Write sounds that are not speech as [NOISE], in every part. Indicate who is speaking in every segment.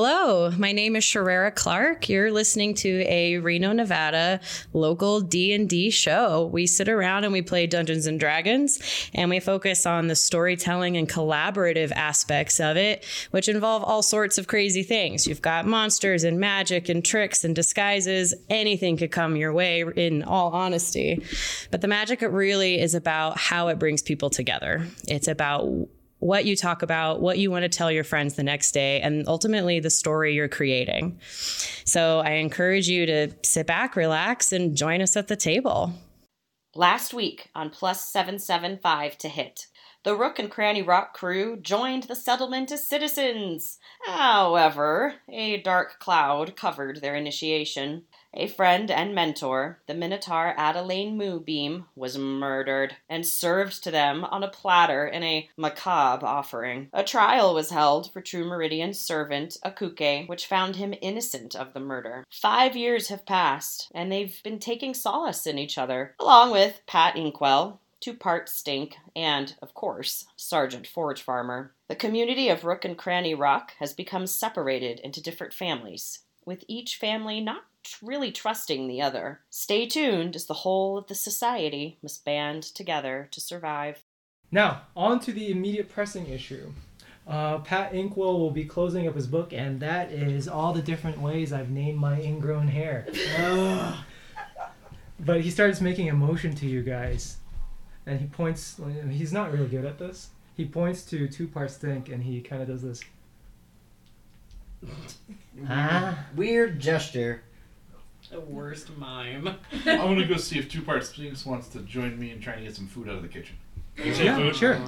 Speaker 1: Hello, my name is Sherrera Clark. You're listening to a Reno, Nevada local D&D show. We sit around and we play Dungeons and Dragons and we focus on the storytelling and collaborative aspects of it, which involve all sorts of crazy things. You've got monsters and magic and tricks and disguises. Anything could come your way in all honesty. But the magic it really is about how it brings people together. It's about what you talk about, what you want to tell your friends the next day, and ultimately the story you're creating. So I encourage you to sit back, relax, and join us at the table.
Speaker 2: Last week on Plus 775 to Hit, the Rook and Cranny Rock crew joined the settlement as citizens. However, a dark cloud covered their initiation. A friend and mentor, the Minotaur Adelaine Moobeam, was murdered and served to them on a platter in a macabre offering. A trial was held for True Meridian's servant, Akuke, which found him innocent of the murder. Five years have passed, and they've been taking solace in each other, along with Pat Inkwell, Two Part Stink, and, of course, Sergeant Forge Farmer. The community of Rook and Cranny Rock has become separated into different families, with each family not really trusting the other. Stay tuned as the whole of the society must band together to survive.
Speaker 3: Now, on to the immediate pressing issue. Uh, Pat Inkwell will be closing up his book, and that is all the different ways I've named my ingrown hair. Ugh. but he starts making a motion to you guys, and he points. He's not really good at this. He points to two parts stink, and he kind of does this. Ah.
Speaker 4: Weird gesture.
Speaker 5: The worst mime.
Speaker 6: I want to go see if Two Parts Sphinx wants to join me in trying to get some food out of the kitchen.
Speaker 3: Yeah, sure.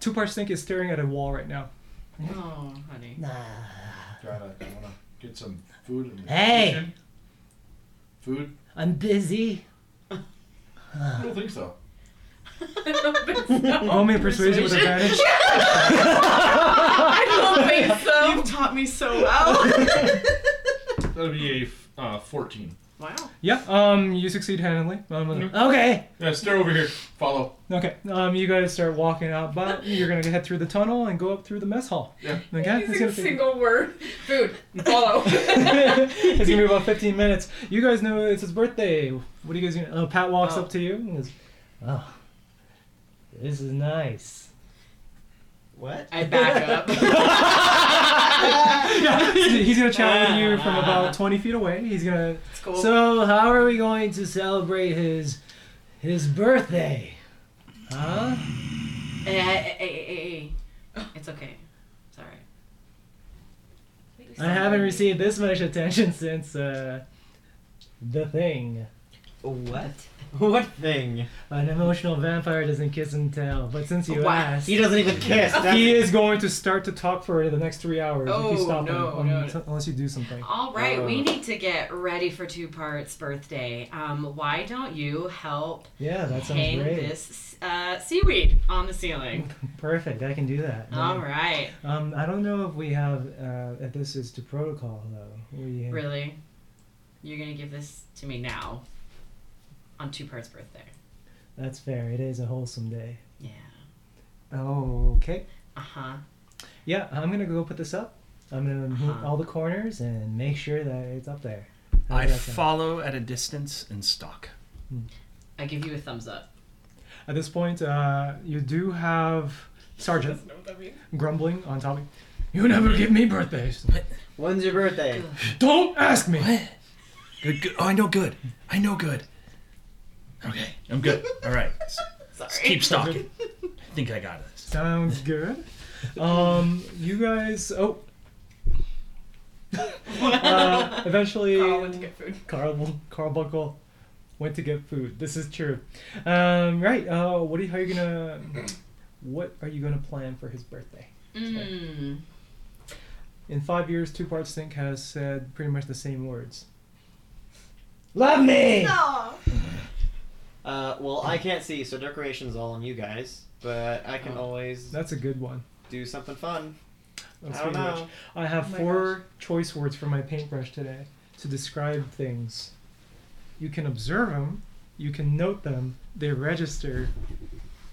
Speaker 3: Two parts stink is staring at a wall right now.
Speaker 5: Oh, honey.
Speaker 7: [LAUGHS]
Speaker 6: Try to, I want to get some food in the
Speaker 4: Hey!
Speaker 6: kitchen. Food?
Speaker 4: I'm busy.
Speaker 6: I don't think so.
Speaker 3: Roll me a persuasion with advantage.
Speaker 7: I don't think so.
Speaker 5: You've taught me
Speaker 7: [LAUGHS]
Speaker 5: so well.
Speaker 6: That'll be a f- uh, 14.
Speaker 5: wow.
Speaker 3: Yeah, um, you succeed handily. Um,
Speaker 4: Okay.
Speaker 6: Yeah, stare over here. Follow.
Speaker 3: okay, um, you guys start walking out, but you're gonna head through the tunnel and go up through the mess hall.
Speaker 6: Yeah.
Speaker 3: Okay, it's
Speaker 7: Using a
Speaker 3: gonna, take,
Speaker 7: single word. Food. [LAUGHS] Follow.
Speaker 3: [LAUGHS] it's gonna be about 15 minutes. You guys know it's his birthday. What are you guys gonna? Uh, Pat walks
Speaker 5: Oh.
Speaker 3: up to you and goes,
Speaker 4: Oh, this is
Speaker 7: [LAUGHS]
Speaker 4: nice.
Speaker 8: What?
Speaker 5: I back up.
Speaker 3: yeah, he's, he's gonna chat with you from about 20 feet away. He's gonna.
Speaker 5: It's
Speaker 7: Oh.
Speaker 5: cool.
Speaker 4: So, how are we going to celebrate his his birthday? Huh?
Speaker 5: Hey, hey, hey, hey, hey. It's okay. It's alright.
Speaker 4: I haven't received this much
Speaker 3: [LAUGHS]
Speaker 4: attention since uh, the thing.
Speaker 8: What? [LAUGHS] What thing?
Speaker 4: An emotional vampire doesn't kiss and tell, but since you
Speaker 5: Wow.
Speaker 4: asked,
Speaker 8: He doesn't even kiss. That's
Speaker 3: He is going to start to talk for the next three hours if you
Speaker 5: Oh,
Speaker 3: stop
Speaker 5: no,
Speaker 3: him,
Speaker 5: no,
Speaker 3: um, unless you do something.
Speaker 7: All right,
Speaker 4: Uh.
Speaker 7: we need to get ready for Two Parts' birthday. Um, why don't you help
Speaker 4: yeah, that sounds
Speaker 7: hang
Speaker 4: great.
Speaker 7: this uh, seaweed on the ceiling?
Speaker 4: Perfect, I can do that.
Speaker 7: All right,
Speaker 4: Um, I don't know if we have uh, if this is to protocol though. We
Speaker 7: really? You're gonna give this to me now on Two Parts' birthday?
Speaker 4: that's fair. It is a wholesome day.
Speaker 7: Yeah.
Speaker 4: Okay.
Speaker 7: Uh huh.
Speaker 4: Yeah, I'm gonna go put this up. I'm gonna hit
Speaker 7: Uh-huh.
Speaker 4: all the corners and make sure that it's up there. How
Speaker 9: I
Speaker 4: does that sound?
Speaker 9: follow at a distance and stalk.
Speaker 7: I give you a thumbs up.
Speaker 3: At this point, uh, you do have Sergeant
Speaker 7: Know what that means?
Speaker 3: grumbling on top of you. You never give me birthdays.
Speaker 8: When's your birthday?
Speaker 3: Don't ask me.
Speaker 9: Good, good. Oh, I know good. I know good. Okay, I'm good. All right. S-
Speaker 7: [LAUGHS]
Speaker 9: s- keep stalking. I think I got this.
Speaker 3: Sounds good. Um, you guys.
Speaker 7: [LAUGHS]
Speaker 3: Oh. uh, eventually,
Speaker 7: Carl went to get food.
Speaker 3: Carl Carbuckle went to get food. This is true. Um, right. Uh, what are you, how are you gonna? What are you gonna plan for his birthday?
Speaker 7: Mm.
Speaker 3: In five years, Two Parts Think has said pretty much the same words.
Speaker 4: Love me.
Speaker 8: Uh, well, I can't see, so decoration's all on you guys. But I can always
Speaker 3: That's a good one.
Speaker 8: do something fun.
Speaker 3: That's
Speaker 8: I don't
Speaker 3: pretty much-
Speaker 8: know.
Speaker 3: I have
Speaker 7: Oh
Speaker 3: four
Speaker 7: my
Speaker 3: choice words for my paintbrush today to describe things. You can observe them, you can note them, they register,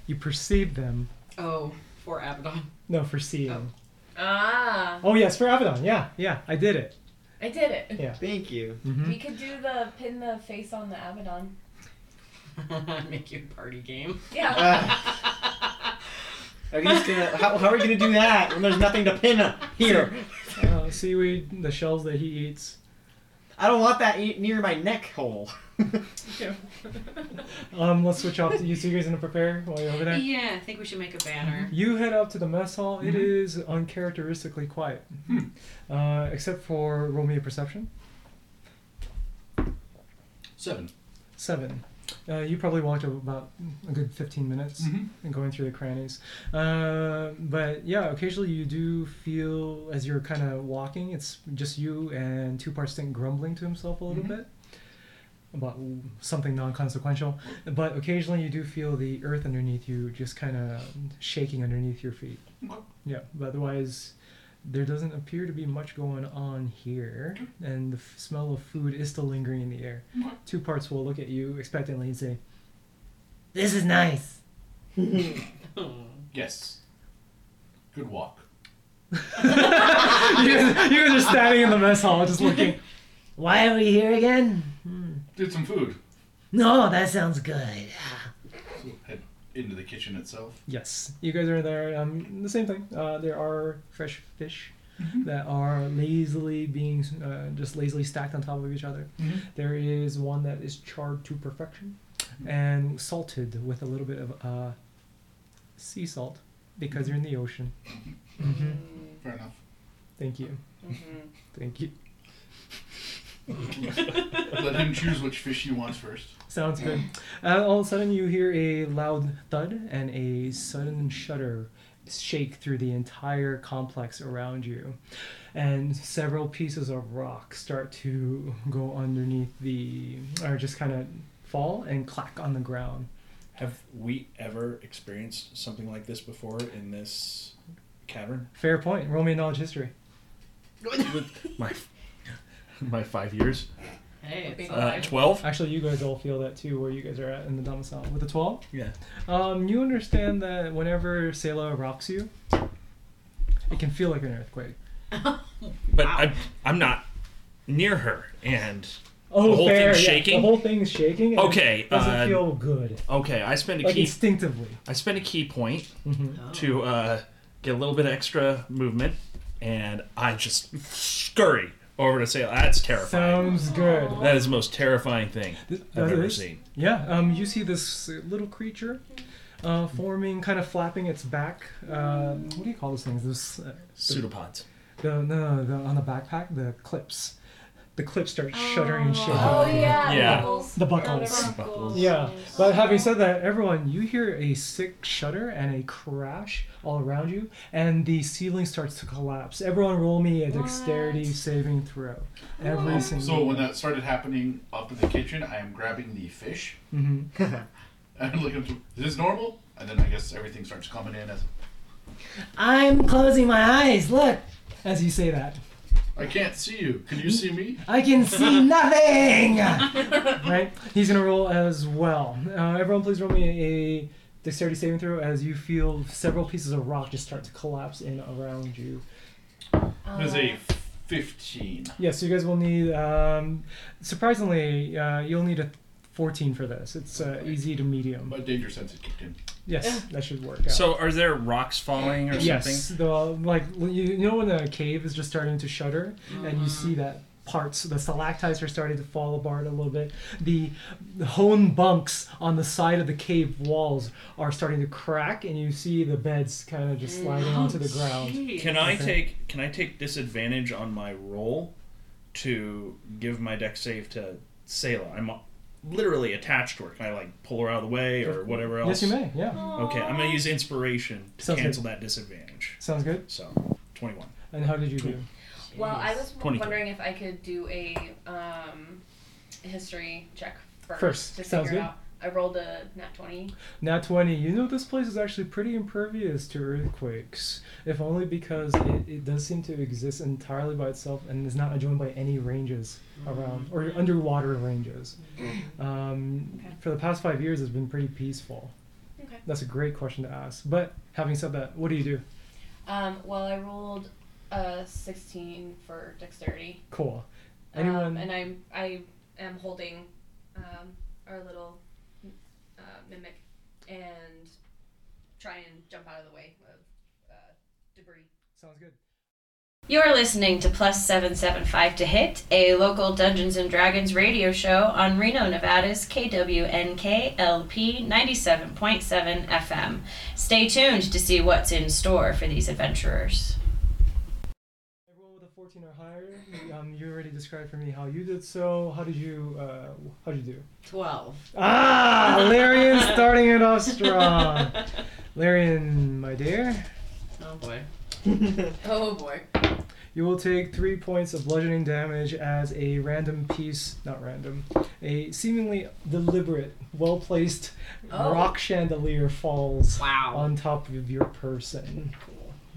Speaker 3: you perceive them.
Speaker 7: Oh, for Abaddon.
Speaker 3: No, for seeing.
Speaker 7: Oh. [LAUGHS]
Speaker 10: Ah,
Speaker 3: Oh yes, for Avedon. Yeah, yeah, I did it.
Speaker 10: I did it.
Speaker 8: Thank you.
Speaker 3: Mm-hmm.
Speaker 10: We could do the pin the face on the Abaddon.
Speaker 7: Make you a party game.
Speaker 10: Yeah.
Speaker 3: Oh,
Speaker 8: Ah. are you just gonna, how, how are you gonna do that when there's nothing to pin up here?
Speaker 3: Uh, seaweed, the shells that he eats.
Speaker 8: I don't want that e- near my neck hole.
Speaker 3: Um, let's switch
Speaker 7: [LAUGHS]
Speaker 3: off. To, you two guys gonna prepare while you're over there.
Speaker 7: Yeah, Mm-hmm. I think we should make a banner.
Speaker 3: You head up to the mess hall. It is uncharacteristically quiet,
Speaker 7: Hmm.
Speaker 3: uh, except for roll me a perception.
Speaker 6: Seven.
Speaker 3: Seven. Uh, you probably walked about a good 15 minutes and going through the crannies. Uh, but yeah, occasionally you do feel as you're kind of walking, it's just you and two parts think grumbling to himself a little bit about something non consequential. But occasionally you do feel the earth underneath you just kind of shaking underneath your feet. Yeah, but otherwise. There doesn't appear to be much going on here, and the f- smell of food is still lingering in the air two parts will look at you expectantly and say,
Speaker 4: This is
Speaker 3: [LAUGHS]
Speaker 4: nice.
Speaker 6: Yes. Good walk.
Speaker 3: you, guys, you guys are standing in the mess hall just looking.
Speaker 4: [LAUGHS] Why are we here again?
Speaker 6: Did some food.
Speaker 4: No, that sounds good.
Speaker 6: Head into the kitchen itself.
Speaker 3: Yes, you guys are there. Um, the same thing. Uh, there are fresh fish that are lazily being uh, just lazily stacked on top of each other. There is one that is charred to perfection and salted with a little bit of uh, sea salt because you're in the ocean.
Speaker 6: Fair enough.
Speaker 3: Thank you. Thank you.
Speaker 6: Let him choose which fish he wants first.
Speaker 3: Sounds good. Uh, all of a sudden, you hear a loud thud and a sudden shudder shake through the entire complex around you. And several pieces of rock start to go underneath the, or just kind of fall and clack on the ground.
Speaker 9: Have we ever experienced something like this before in this cavern?
Speaker 3: Fair point. Roll me a knowledge history.
Speaker 9: My my five years.
Speaker 7: Hey, it's
Speaker 9: Uh, Twelve.
Speaker 3: Actually, you guys all feel that too, where you guys are at in the domicile. With a 12?
Speaker 9: Yeah.
Speaker 3: Um, you understand that whenever Selah rocks you, it can feel like an earthquake.
Speaker 9: But I'm I'm not near her, and
Speaker 3: Oh,
Speaker 9: The whole
Speaker 3: fair,
Speaker 9: thing's
Speaker 3: yeah.
Speaker 9: shaking?
Speaker 3: The whole thing's shaking. and
Speaker 9: Okay,
Speaker 3: it doesn't
Speaker 9: uh,
Speaker 3: feel good.
Speaker 9: okay, I spend a
Speaker 3: Like
Speaker 9: key
Speaker 3: instinctively.
Speaker 9: I spend a key point
Speaker 3: Mm-hmm.
Speaker 9: to uh, get a little bit of extra movement, and I just scurry over to say that's terrifying.
Speaker 3: Sounds good.
Speaker 9: That is the most terrifying thing I've
Speaker 3: that
Speaker 9: ever
Speaker 3: is-
Speaker 9: seen.
Speaker 3: Yeah. Um, you see this little creature, uh, forming, kind of flapping its back. Uh, what do you call those things? Those uh,
Speaker 9: Pseudopods.
Speaker 3: the no the on the backpack the clips. The clips start shuddering and shaking.
Speaker 10: Oh yeah.
Speaker 9: Yeah.
Speaker 10: Bubbles.
Speaker 3: The buckles.
Speaker 9: Buckles.
Speaker 3: Yeah, but having said that, everyone, you hear a sick shudder and a crash all around you, and the ceiling starts to collapse. Everyone, roll me a dexterity saving throw. Every single.
Speaker 6: So when that started happening up in the kitchen, I am grabbing the fish
Speaker 3: Mhm. [LAUGHS]
Speaker 6: [LAUGHS] and looking. Through, is this normal? And then I guess everything starts coming in as
Speaker 4: I'm closing my eyes. Look,
Speaker 3: As you say that,
Speaker 6: I can't see you. Can you see me?
Speaker 4: I can [LAUGHS] see nothing.
Speaker 3: right? He's gonna roll as well. Uh, everyone, please roll me a dexterity saving throw as you feel several pieces of rock just start to collapse in around you.
Speaker 6: There's a fifteen.
Speaker 3: Yes, you guys will need. Um, surprisingly, uh, you'll need a 14 for this. It's uh, easy to medium.
Speaker 6: My danger sense had kicked in.
Speaker 3: Yes, that should work. Out.
Speaker 9: So are there rocks falling or
Speaker 3: Yes,
Speaker 9: something?
Speaker 3: the like you, you know when the cave is just starting to shudder, and you see that parts the stalactites are starting to fall apart a little bit. The, the hone bunks on the side of the cave walls are starting to crack, and you see the beds kind of just sliding onto the ground.
Speaker 9: Can I
Speaker 3: Okay.
Speaker 9: take can I take disadvantage on my roll to give my deck save to Selah? I'm literally attached to her. Can I like pull her out of the way or whatever
Speaker 3: Yes,
Speaker 9: else?
Speaker 3: you may. Yeah,
Speaker 9: Okay, I'm gonna use inspiration to
Speaker 3: Sounds good.
Speaker 9: cancel that disadvantage.
Speaker 3: sounds good.
Speaker 9: So twenty one.
Speaker 3: And how did you do?
Speaker 10: Well, I was
Speaker 9: 22.
Speaker 10: wondering if I could do a um, history check first,
Speaker 3: First,
Speaker 10: to
Speaker 3: sounds
Speaker 10: figure
Speaker 3: good.
Speaker 10: it out. I rolled a nat twenty.
Speaker 3: Now, 20, you know this place is actually pretty impervious to earthquakes, if only because it, it does seem to exist entirely by itself and is not adjoined by any ranges
Speaker 10: Mm-hmm.
Speaker 3: around, or underwater ranges. Um, For the past five years, it's been pretty peaceful.
Speaker 10: Okay.
Speaker 3: That's a great question to ask. But having said that, what do you do?
Speaker 10: Um, well, I rolled a 16 for dexterity.
Speaker 3: Cool.
Speaker 10: Um,
Speaker 3: Anyone?
Speaker 10: and I'm I am holding um, our little uh, mimic and try and jump out of the way of uh, debris.
Speaker 3: Sounds good.
Speaker 7: You're listening to Plus 775 to Hit, a local Dungeons and Dragons radio show on Reno, Nevada's KWNK LP 97.7 FM. Stay tuned to see what's in store for these adventurers.
Speaker 3: Everyone with a 14 or higher, um, you already described for me how you did so. How did you, uh, how'd you do?
Speaker 5: 12.
Speaker 3: Ah,
Speaker 5: [LAUGHS]
Speaker 3: Larian starting it off strong. Larian, my dear,
Speaker 5: Oh boy.
Speaker 10: Oh boy.
Speaker 3: you will take three points of bludgeoning damage as a random piece, not random, a seemingly deliberate, well placed
Speaker 5: Oh.
Speaker 3: rock chandelier falls
Speaker 5: Wow.
Speaker 3: on top of your person.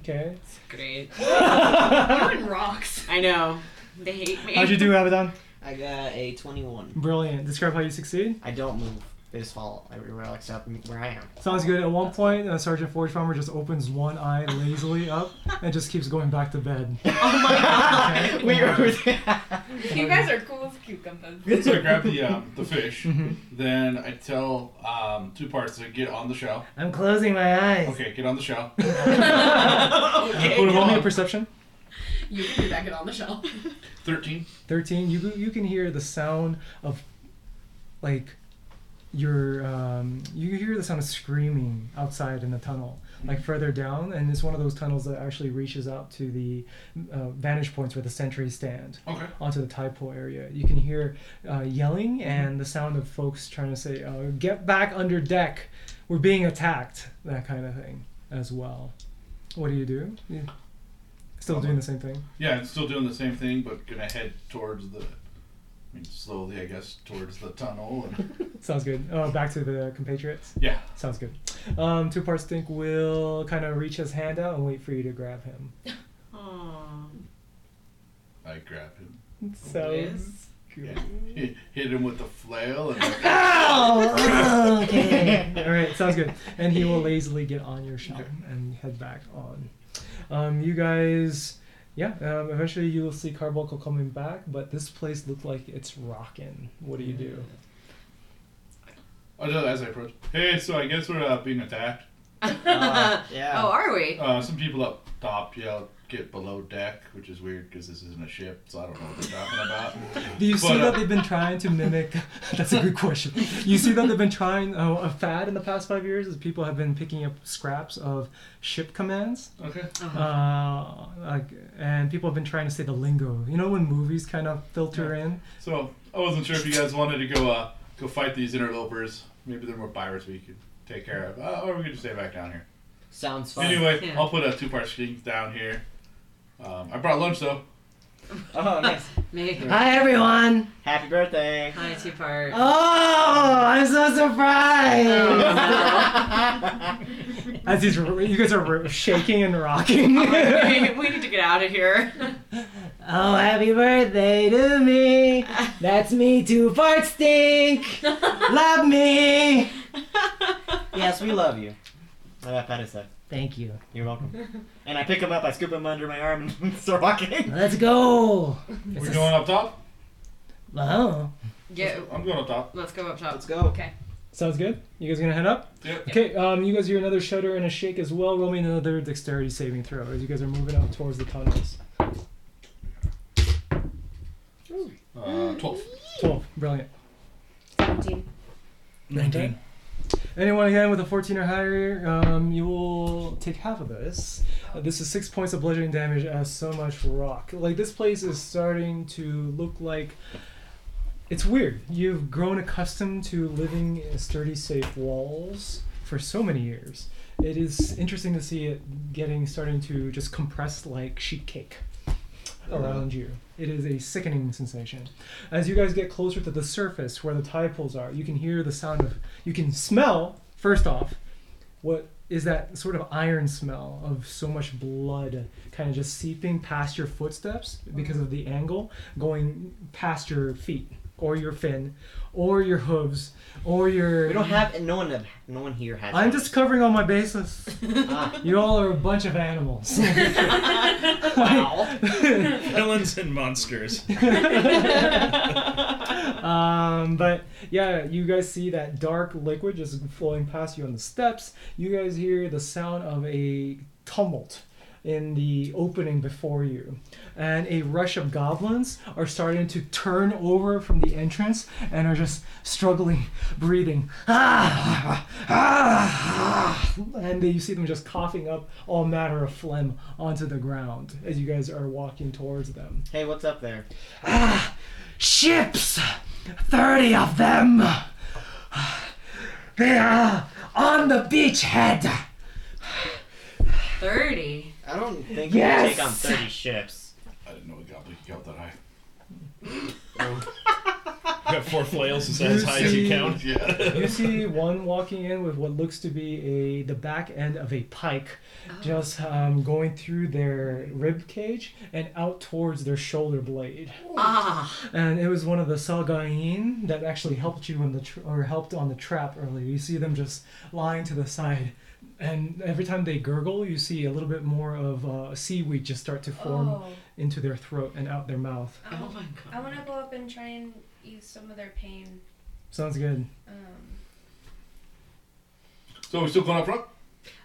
Speaker 3: Okay?
Speaker 5: Great.
Speaker 10: Throwing rocks.
Speaker 5: I know. They hate me.
Speaker 3: How'd you do, Abaddon?
Speaker 8: I got a 21.
Speaker 3: Brilliant. Describe how you succeed.
Speaker 8: I don't move. They just fall everywhere except me- where I am.
Speaker 3: [LAUGHS] Sounds good. At one point, uh, Sergeant Forge Farmer just opens one eye lazily up and just keeps going back to bed.
Speaker 5: Oh my god.
Speaker 8: Wait, [LAUGHS] where was
Speaker 10: You guys are cool as cucumbers.
Speaker 6: So I grab the um, the [LAUGHS] fish. Then I tell um, two parts to get on the shell.
Speaker 3: I'm closing my eyes.
Speaker 6: Okay, get on the shell.
Speaker 3: Okay.
Speaker 6: Put 'em
Speaker 3: Give me a
Speaker 6: on.
Speaker 3: perception.
Speaker 10: You can do that. Get on the shelf.
Speaker 6: Thirteen.
Speaker 3: 13 you you can hear the sound of like your um, you hear the sound of screaming outside in the tunnel like further down and it's one of those tunnels that actually reaches out to the uh, vantage points where the sentries stand
Speaker 6: Okay.
Speaker 3: onto the taipo area you can hear uh, yelling and the sound of folks trying to say uh, get back under deck we're being attacked that kind of thing as well what do you do You- still doing the same thing
Speaker 6: Yeah, I'm still doing the same thing, but gonna head towards the. I mean, slowly, I guess, towards the tunnel. [LAUGHS] And,
Speaker 3: Sounds good. Uh, back to the compatriots.
Speaker 6: yeah.
Speaker 3: Sounds good. Um, two parts think will kind of reach his hand out and wait for you to grab him.
Speaker 5: Aw.
Speaker 6: I grab him,
Speaker 3: So
Speaker 5: Yes.
Speaker 3: good.
Speaker 6: hit him with the flail, and [LAUGHS]
Speaker 3: Ow! okay. [LAUGHS] All right. Sounds good. And he
Speaker 6: [LAUGHS]
Speaker 3: will lazily get on your shell and head back on. Um, you guys. Yeah, um, eventually you will see Carbuncle coming back, but this place looked like it's rocking. What do you do?
Speaker 6: oh no, as I approach. Hey, so I guess we're uh, being attacked.
Speaker 8: Uh, yeah.
Speaker 5: Oh, are we?
Speaker 6: Uh, some people up top yelled, "Get below deck," which is weird because this isn't a ship, so I don't know what they're talking
Speaker 3: [LAUGHS]
Speaker 6: about.
Speaker 3: Do you see
Speaker 6: But, uh,
Speaker 3: that they've been trying to mimic?
Speaker 6: [LAUGHS]
Speaker 3: [LAUGHS] That's a good question. You see that they've been trying oh, a fad in the past five years is people have been picking up scraps of ship commands,
Speaker 6: Okay.
Speaker 3: uh, like, and people have been trying to say the lingo. You know when movies kind of filter in.
Speaker 6: So I wasn't sure if you guys wanted to go uh, go fight these interlopers. Maybe they're more pirates we could take care of, uh, or we could just stay back down here.
Speaker 8: Sounds fun.
Speaker 6: Anyway,
Speaker 5: Yeah.
Speaker 6: I'll put uh, two part strings down here. Um, I brought lunch though.
Speaker 8: [LAUGHS] Oh, nice.
Speaker 5: Me.
Speaker 4: Hi everyone!
Speaker 8: Happy birthday.
Speaker 5: Hi, two part.
Speaker 4: Oh, I'm so surprised!
Speaker 3: [LAUGHS] As these, you guys are shaking and rocking. [LAUGHS]
Speaker 5: we, we need to get out of here.
Speaker 4: [LAUGHS] Oh, happy birthday to me! That's me, two farts stink! Love me!
Speaker 8: yes, we love you. I got that said.
Speaker 4: Thank you.
Speaker 8: You're welcome. and I pick him up, I scoop him under my arm, and [LAUGHS] start walking.
Speaker 4: Let's go!
Speaker 6: We're going up top.
Speaker 4: Oh,
Speaker 5: Get,
Speaker 6: I'm going up top.
Speaker 5: let's go up top.
Speaker 8: Let's go.
Speaker 5: Okay.
Speaker 3: Sounds good. You guys gonna head up?
Speaker 6: Yep.
Speaker 3: Okay. Um, you guys hear another shudder and a shake as well. Roll me another dexterity saving throw as you guys are moving up towards the tunnels.
Speaker 6: Uh, Twelve.
Speaker 3: Twelve. Brilliant.
Speaker 10: 17.
Speaker 3: 19. Anyone again with a 14 or higher, um, you will take half of this. Uh, this is six points of bludgeoning damage as so much rock. Like, this place is starting to look like. It's weird. You've grown accustomed to living in sturdy, safe walls for so many years. It is interesting to see it getting starting to just compress like sheet cake around you. It is a sickening sensation. As you guys get closer to the surface where the tie poles are, you can hear the sound of, you can smell, first off, what is that sort of iron smell of so much blood kind of just seeping past your footsteps because of the angle going past your feet. or your fin, or your hooves, or your.
Speaker 8: We don't have no one. No one here has.
Speaker 3: I'm just covering all my bases.
Speaker 8: Ah.
Speaker 3: you all are a bunch of animals.
Speaker 9: [LAUGHS] Villains and
Speaker 10: [LAUGHS]
Speaker 9: monsters.
Speaker 3: um, but yeah, you guys see that dark liquid just flowing past you on the steps. You guys hear the sound of a tumult in the opening before you, and a rush of goblins are starting to turn over from the entrance and are just struggling, breathing. Ah, ah, ah, and then you see them just coughing up all matter of phlegm onto the ground as you guys are walking towards them.
Speaker 8: Hey, what's up there?
Speaker 4: Ships! 30 of them! They are on the beachhead!
Speaker 5: 30.
Speaker 8: I don't think
Speaker 4: Yes!
Speaker 8: we can take on thirty ships.
Speaker 6: I didn't know it got leaky out that high. [LAUGHS] You got four flails
Speaker 9: is that as high as you count?
Speaker 6: Yeah.
Speaker 3: you see one walking in with what looks to be a the back end of a pike, just um, going through their rib cage and out towards their shoulder blade.
Speaker 5: Ah.
Speaker 3: And it was one of the Salgain that actually helped you in the tr- or helped on the trap earlier. You see them just lying to the side. And every time they gurgle, you see a little bit more of uh, seaweed just start to form
Speaker 10: Oh.
Speaker 3: into their throat and out their mouth.
Speaker 10: I
Speaker 5: Oh
Speaker 10: wa-
Speaker 5: my
Speaker 10: I
Speaker 5: god.
Speaker 10: want to go up and try and ease some of their pain.
Speaker 3: Sounds good.
Speaker 10: Um,
Speaker 6: So we're still going up front?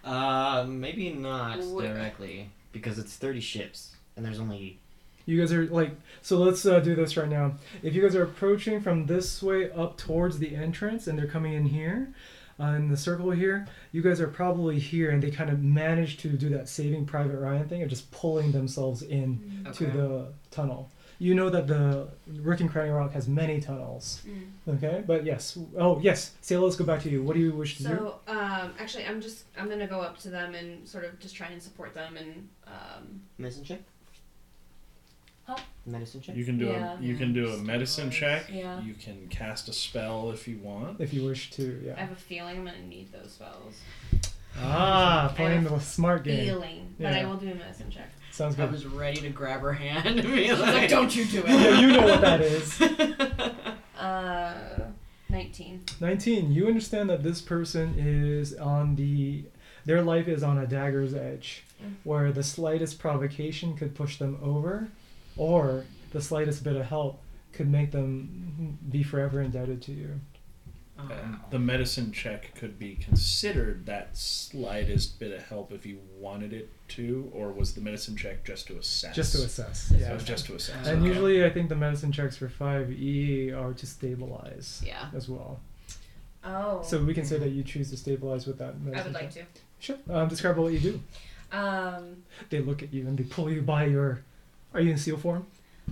Speaker 8: Uh, maybe not
Speaker 5: Wh-
Speaker 8: directly because it's thirty ships and there's only.
Speaker 3: You guys are like, so let's uh, do this right now. If you guys are approaching from this way up towards the entrance and they're coming in here, uh, in the circle here, you guys are probably here and they kind of managed to do that saving Private Ryan thing of just pulling themselves in to
Speaker 5: Okay.
Speaker 3: the tunnel. You know that the Rook and Cranny Rock has many tunnels. Okay, but yes. Oh, yes. Say, let's go back to you. What do you wish to do?
Speaker 10: so um, actually, I'm just I'm gonna go up to them and sort of just try and support them and um,
Speaker 8: Medicine check?
Speaker 10: Huh?
Speaker 8: Medicine check?
Speaker 9: You can do
Speaker 10: Yeah.
Speaker 9: a you can do a medicine check.
Speaker 10: Yeah.
Speaker 9: You can cast a spell if you want.
Speaker 3: If you wish to,
Speaker 10: I
Speaker 3: yeah.
Speaker 10: have a feeling I'm gonna need those spells.
Speaker 3: Ah, playing
Speaker 10: have
Speaker 3: the smart game.
Speaker 10: Feeling, but I
Speaker 3: Yeah.
Speaker 10: will do a medicine check.
Speaker 3: Sounds
Speaker 5: I
Speaker 3: good.
Speaker 5: was ready to grab her hand and be
Speaker 10: She's
Speaker 5: like,
Speaker 10: like, "Don't you do
Speaker 3: Yeah, [LAUGHS] you know what that is.
Speaker 10: Uh, nineteen.
Speaker 3: 19 you understand that this person is on the their life is on a dagger's edge
Speaker 10: Mm.
Speaker 3: where the slightest provocation could push them over or the slightest bit of help could make them be forever indebted to you Ah.
Speaker 9: And the medicine check could be considered that slightest bit of help if you wanted it to, or was the medicine check just to assess?
Speaker 3: just to assess
Speaker 9: So it
Speaker 3: yeah
Speaker 9: was just to assess.
Speaker 3: and
Speaker 9: okay.
Speaker 3: usually i think the medicine checks for 5e are to stabilize
Speaker 5: Yeah.
Speaker 3: as well
Speaker 10: Oh.
Speaker 3: so we can say that you choose to stabilize with that medicine
Speaker 10: I would like to.
Speaker 3: check. sure um, describe what you do
Speaker 10: Um,
Speaker 3: they look at you and they pull you by your are you in seal form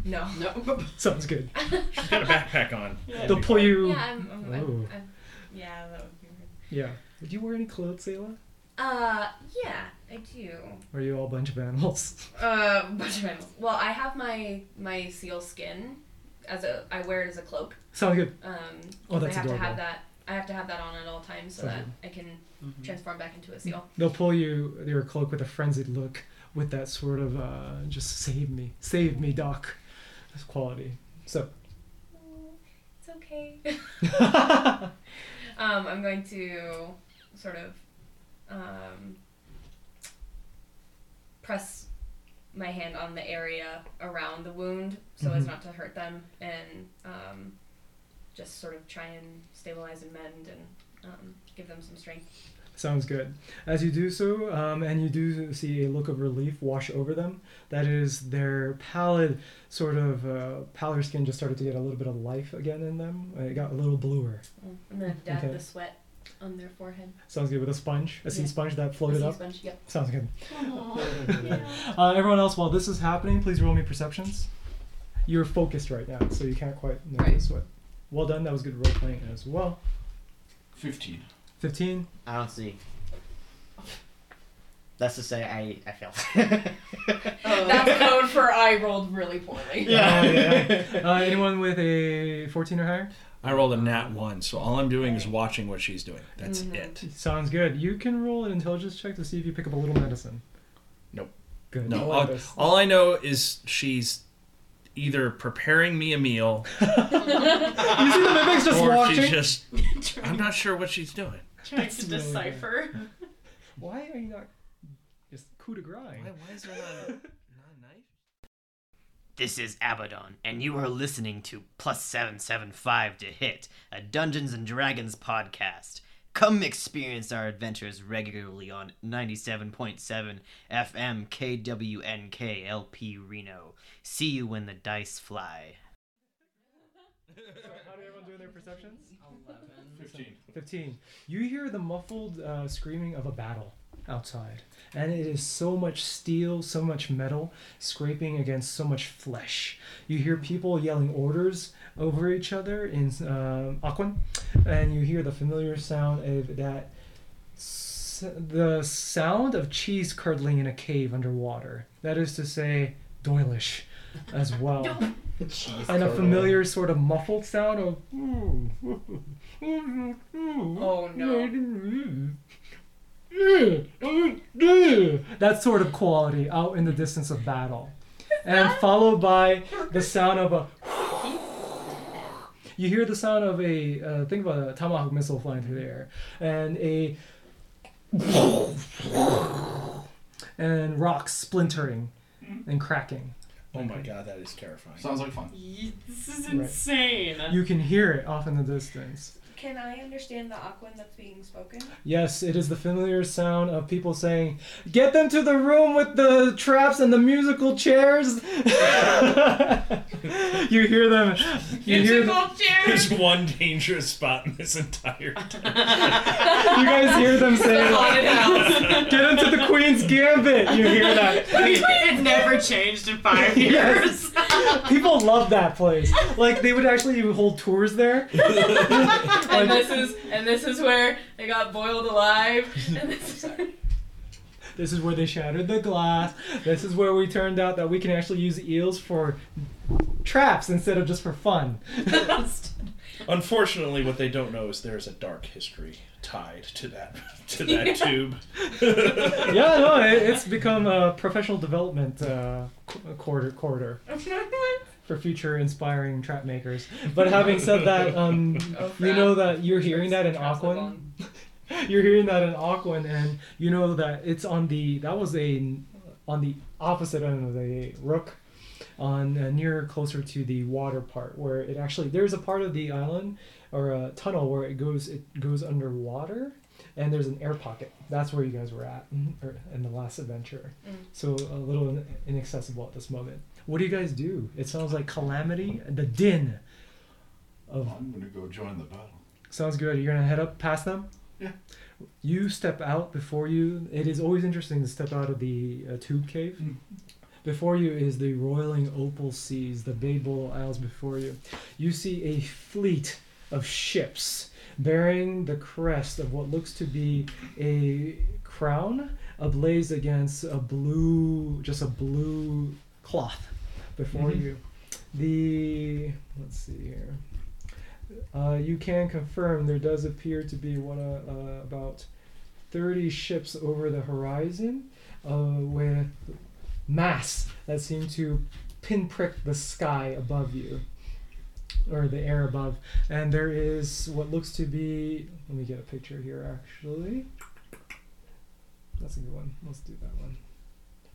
Speaker 10: no.
Speaker 5: No.
Speaker 3: sounds good
Speaker 9: she's got a backpack on.
Speaker 3: they'll pull you
Speaker 10: Yeah, I'm. I'm, I'm,
Speaker 3: Ooh.
Speaker 10: I'm yeah, that would be weird.
Speaker 3: Yeah. Did you wear any clothes, Sayla?
Speaker 10: Uh, yeah, I do.
Speaker 3: Or are you all a bunch of animals? [LAUGHS]
Speaker 10: Uh, bunch of animals. Well, I have my my seal skin as a I wear it as a cloak.
Speaker 3: Sounds good.
Speaker 10: Um,
Speaker 3: Oh,
Speaker 10: 'cause
Speaker 3: that's
Speaker 10: I have to
Speaker 3: adorable.
Speaker 10: have that. I have to have that on at all times so that I can transform back into a seal.
Speaker 3: They'll pull you your cloak with a frenzied look, with that sort of uh, just save me, save me, Doc, That's quality. So [LAUGHS]
Speaker 10: It's okay. um, I'm going to sort of um, press my hand on the area around the wound so as
Speaker 3: Mhm.
Speaker 10: not to hurt them, and um, just sort of try and stabilize and mend and um, give them some strength.
Speaker 3: sounds good. As you do so, um, and you do see a look of relief wash over them. That is their pallid sort of uh, pallor skin just started to get a little bit of life again in them. It got a little bluer.
Speaker 10: I'm gonna dab
Speaker 3: Okay.
Speaker 10: the sweat on their forehead.
Speaker 3: Sounds good with a sponge, a sea
Speaker 10: Yeah.
Speaker 3: sponge that
Speaker 10: The
Speaker 3: floated
Speaker 10: sea
Speaker 3: up.
Speaker 10: sponge. Yep.
Speaker 3: Sounds good. [LAUGHS] uh, everyone else, while this is happening, please roll me perceptions. You're focused right now, so you can't quite notice what. Well done. That was good role playing as well.
Speaker 6: 15.
Speaker 3: Fifteen.
Speaker 8: I don't see. That's to say, I I failed. [LAUGHS]
Speaker 10: [LAUGHS] That's code for I rolled really poorly.
Speaker 8: Yeah.
Speaker 3: Uh, yeah. Uh, anyone with a fourteen or higher?
Speaker 9: I rolled a nat one, so all I'm doing is watching what she's doing. That's
Speaker 10: Mm-hmm.
Speaker 9: it.
Speaker 3: Sounds good. You can roll an intelligence check to see if you pick up a little medicine.
Speaker 9: Nope.
Speaker 3: Good.
Speaker 9: No, Uh,
Speaker 3: Roll
Speaker 9: all,
Speaker 3: this.
Speaker 9: all I know is she's either preparing me a meal.
Speaker 3: You see the mimic's just
Speaker 9: or
Speaker 3: watching.
Speaker 6: [LAUGHS]
Speaker 9: she's [LAUGHS] just. I'm not sure what she's doing.
Speaker 5: Trying
Speaker 3: It's
Speaker 5: to
Speaker 3: really good.
Speaker 5: decipher.
Speaker 3: [LAUGHS] Why are you not just coup de grace? Why,
Speaker 9: why is there not, not a knife?
Speaker 11: This is Abaddon, and you are listening to Plus 775 to Hit, a Dungeons and Dragons podcast. Come experience our adventures regularly on 97.7 FM KWNK LP Reno. See you when the dice fly.
Speaker 3: How did everyone do their perceptions?
Speaker 6: 15.
Speaker 3: 15. You hear the muffled uh, screaming of a battle outside. And it is so much steel, so much metal scraping against so much flesh. You hear people yelling orders over each other in um Aquan, and you hear the familiar sound of that s- the sound of cheese curdling in a cave underwater. That is to say, Doilish as well. and a familiar sort of muffled sound of [LAUGHS]
Speaker 4: Oh
Speaker 3: that sort of quality out in the distance of battle. And followed by the sound of a. You hear the sound of a. Uh, think about a tomahawk missile flying through the air. And a. And rocks splintering and cracking.
Speaker 9: Oh my god, that is terrifying.
Speaker 6: Sounds like fun.
Speaker 5: This is
Speaker 3: Right.
Speaker 5: insane.
Speaker 3: You can hear it off in the distance.
Speaker 10: Can I understand the Aquan that's being spoken?
Speaker 3: Yes, it is the familiar sound of people saying, "Get them to the room with the traps and the musical chairs." [LAUGHS] you hear them. You hear. them-
Speaker 9: [LAUGHS] There's one dangerous spot in this entire town.
Speaker 3: You guys hear them
Speaker 5: [LAUGHS]
Speaker 3: saying, "Get into the Queen's Gambit." You hear
Speaker 5: [LAUGHS]
Speaker 3: that?
Speaker 5: it never changed in five
Speaker 3: Yes.
Speaker 5: years.
Speaker 3: People love that place. Like they would actually hold tours there.
Speaker 5: and this is and this is where they got boiled alive. And this is [LAUGHS]
Speaker 3: This is where they shattered the glass. This is where we turned out that we can actually use eels for traps instead of just for fun.
Speaker 9: Unfortunately, what they don't know is there's a dark history tied to that to that
Speaker 3: Yeah.
Speaker 9: tube.
Speaker 3: yeah, no, it, it's become a professional development uh, qu- quarter quarter for future inspiring trap makers. But having said that, um, you know that you're hearing that in Aquan. [LAUGHS] You're hearing that in Aquan, and you know that it's on the that was a on the opposite end of the rook, on uh, near closer to the water part where it actually there's a part of the island or a tunnel where it goes it goes underwater, and there's an air pocket. That's where you guys were at or in the last adventure.
Speaker 4: Mm.
Speaker 3: So a little in- inaccessible at this moment. What do you guys do? It sounds like calamity. The din of
Speaker 6: I'm gonna go join the battle.
Speaker 3: Sounds good. You're gonna head up past them.
Speaker 6: Yeah.
Speaker 3: You step out before you. It is always interesting to step out of the uh, tube cave. Before you is the roiling opal seas, the Babel Isles before you. You see a fleet of ships bearing the crest of what looks to be a crown ablaze against a blue, just a blue cloth before
Speaker 4: Mhm.
Speaker 3: you. The let's see here. Uh, you can confirm there does appear to be one uh, uh, about 30 ships over the horizon uh, with masts that seem to pinprick the sky above you or the air above and there is what looks to be let me get a picture here actually that's a good one let's do that one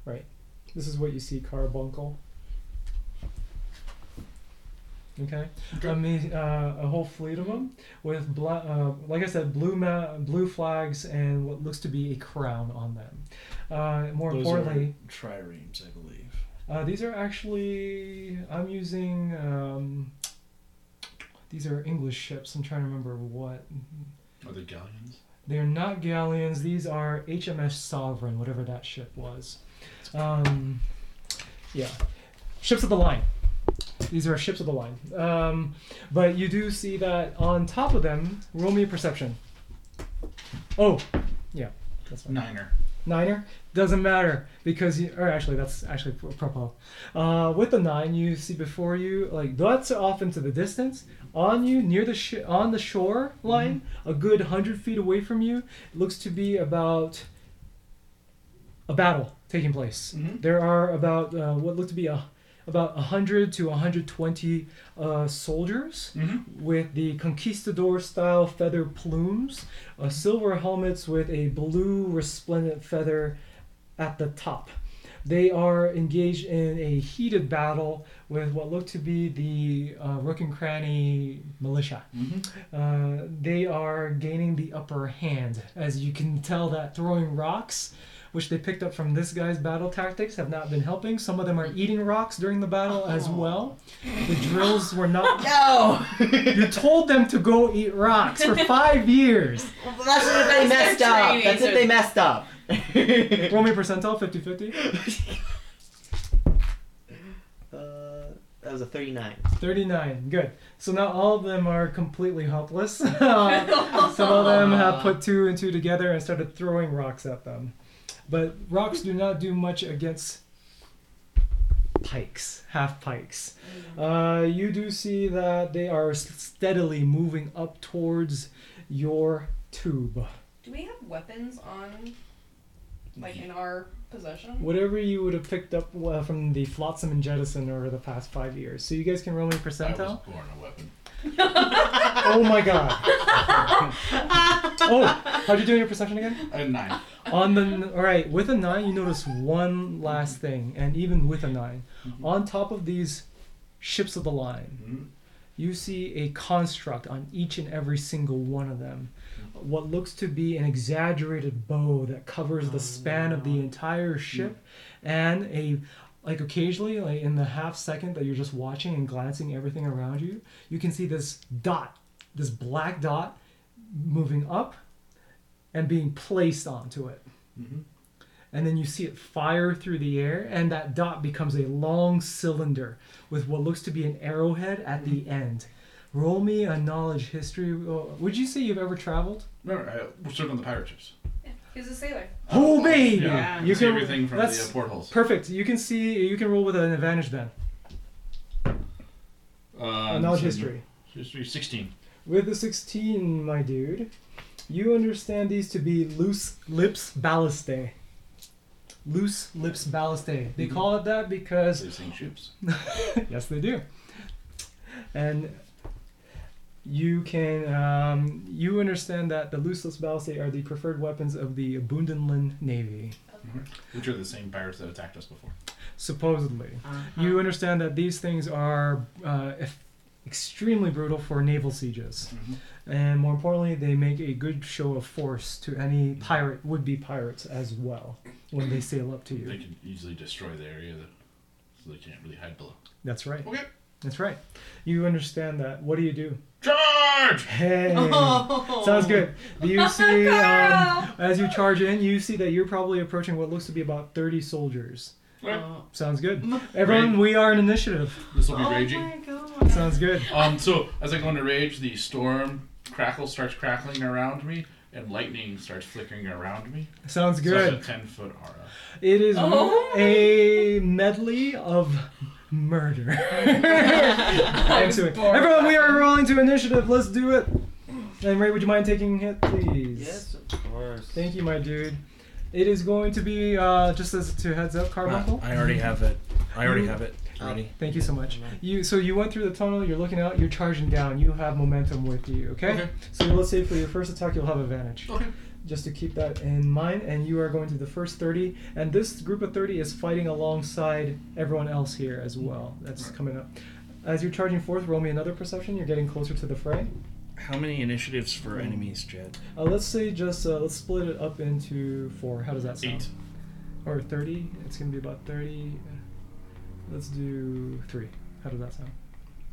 Speaker 3: right this is what you see carbuncle Okay. I mean, uh, a whole fleet of them with, bla- uh, like I said, blue ma- blue flags and what looks to be a crown on them. Uh, more
Speaker 9: Those
Speaker 3: importantly,
Speaker 9: are triremes, I believe.
Speaker 3: uh, these are actually I'm using. Um, these are English ships. I'm trying to remember what
Speaker 6: Are they galleons?
Speaker 3: they're not galleons. These are HMS Sovereign, whatever that ship was. Um, yeah, ships of the line. These are ships of the line. Um, but you do see that on top of them. Roll me a perception. Oh, yeah, that's fine.
Speaker 6: Niner.
Speaker 3: Niner doesn't matter because you, or actually that's actually pro- propel. Uh, with the nine, you see before you like that's off into the distance. On you near the sh- on the shore line, a good hundred feet away from you, it looks to be about a battle taking place. There are about uh, what look to be a about 100 to 120 uh, soldiers with the conquistador style feather plumes, uh, silver helmets with a blue resplendent feather at the top. They are engaged in a heated battle with what looked to be the uh, Rook and Cranny militia. Uh, they are gaining the upper hand. As you can tell, that throwing rocks, which they picked up from this guy's battle tactics, have not been helping. Some of them are eating rocks during the battle as well. The drills were not. No! you told them to go eat rocks for five years.
Speaker 8: Well, that's if they messed up. That's if they messed up. [LAUGHS] Uh,
Speaker 3: Roll me percentile 50 50.
Speaker 8: That was a 39.
Speaker 3: 39. Good. So now all of them are completely helpless. [LAUGHS] Some of them have put two and two together and started throwing rocks at them. But rocks do not do much against pikes, half pikes. Uh, you do see that they are s- steadily moving up towards your tube.
Speaker 10: Do we have weapons on, like in our possession?
Speaker 3: Whatever you would have picked up uh, from the Flotsam and Jettison over the past five years. So you guys can roll me percentile.
Speaker 6: I was born a weapon.
Speaker 3: [LAUGHS] Oh my god. oh, how'd you do in your perception again?
Speaker 6: A nine.
Speaker 3: On the all right, with a nine, you notice one last thing, and even with a 9 on top of these ships of the line, you see a construct on each and every single one of them. What looks to be an exaggerated bow that covers the span of the entire ship, and a like occasionally, like in the half second that you're just watching and glancing everything around you, you can see this dot, this black dot, moving up and being placed onto it. And then you see it fire through the air, and that dot becomes a long cylinder with what looks to be an arrowhead at the end. Roll me a knowledge history. oh, Would you say you've ever traveled?
Speaker 6: Remember, I served on the pirate ships.
Speaker 10: He was a sailor.
Speaker 3: Oh, baby!
Speaker 6: Yeah, you see everything from the, uh, portholes.
Speaker 3: Perfect. You can see. You can roll with an advantage then.
Speaker 6: Uh,
Speaker 3: knowledge
Speaker 6: so-
Speaker 3: history.
Speaker 6: History 16.
Speaker 3: With the 16, my dude, you understand these to be loose lips ballastae. Loose lips ballastae. They call it that because. [LAUGHS]
Speaker 6: They sing ships.
Speaker 3: yes, they do. And you can um, you understand that the loose lips ballastae are the preferred weapons of the Abundanland Navy.
Speaker 6: Which are the same pirates that attacked us before.
Speaker 3: supposedly.
Speaker 6: Uh-huh.
Speaker 3: You understand that these things are uh, eff- extremely brutal for naval sieges.
Speaker 6: Mm-hmm.
Speaker 3: And more importantly, they make a good show of force to any pirate, would be pirates as well, when they sail up to you.
Speaker 6: They can easily destroy the area, that, so they can't really hide below.
Speaker 3: That's right.
Speaker 6: Okay.
Speaker 3: That's right. You understand that. What do you
Speaker 6: [LAUGHS]
Speaker 3: do?
Speaker 6: Charge!
Speaker 3: Hey.
Speaker 6: Oh.
Speaker 3: Sounds good. Do
Speaker 6: [LAUGHS]
Speaker 3: you see, um, as you charge in, you see that you're probably approaching what looks to be about 30 soldiers.
Speaker 5: Oh.
Speaker 3: Sounds
Speaker 6: [LAUGHS]
Speaker 3: good. Everyone, we are an initiative.
Speaker 6: This will be raging.
Speaker 5: Oh
Speaker 3: Sounds good.
Speaker 6: Um, so as I go into rage, the storm crackle starts crackling around me, and lightning starts flickering around me.
Speaker 3: Sounds
Speaker 6: So that's a
Speaker 3: good.
Speaker 6: ten foot aura.
Speaker 3: It is
Speaker 6: Oh.
Speaker 3: a medley of murder. [LAUGHS] Into it.
Speaker 4: born
Speaker 3: Everyone, we are rolling to initiative. Let's do it. And Ray, would you mind taking a hit, please? Yes,
Speaker 8: of course.
Speaker 3: Thank you, my dude. It is going to be uh, just as to heads up, Carbuncle.
Speaker 9: I already have it. I already
Speaker 3: You-
Speaker 9: have it. Ready?
Speaker 3: Thank you so much. You so you went through the tunnel. You're looking out. You're charging down. You have momentum with you. Okay.
Speaker 6: Okay.
Speaker 3: So let's say for your first attack, you'll have advantage.
Speaker 6: Okay.
Speaker 3: Just to keep that in mind, and you are going to the first thirty, and this group of thirty is fighting alongside everyone else here as well. That's coming up. As you're charging forth, roll me another perception. You're getting closer to the fray.
Speaker 9: How many initiatives for enemies, Jed?
Speaker 3: Uh, let's say just uh, let's split it up into four. How does that sound?
Speaker 9: Eight.
Speaker 3: Or thirty. It's gonna be about thirty. Let's do three. How does that sound?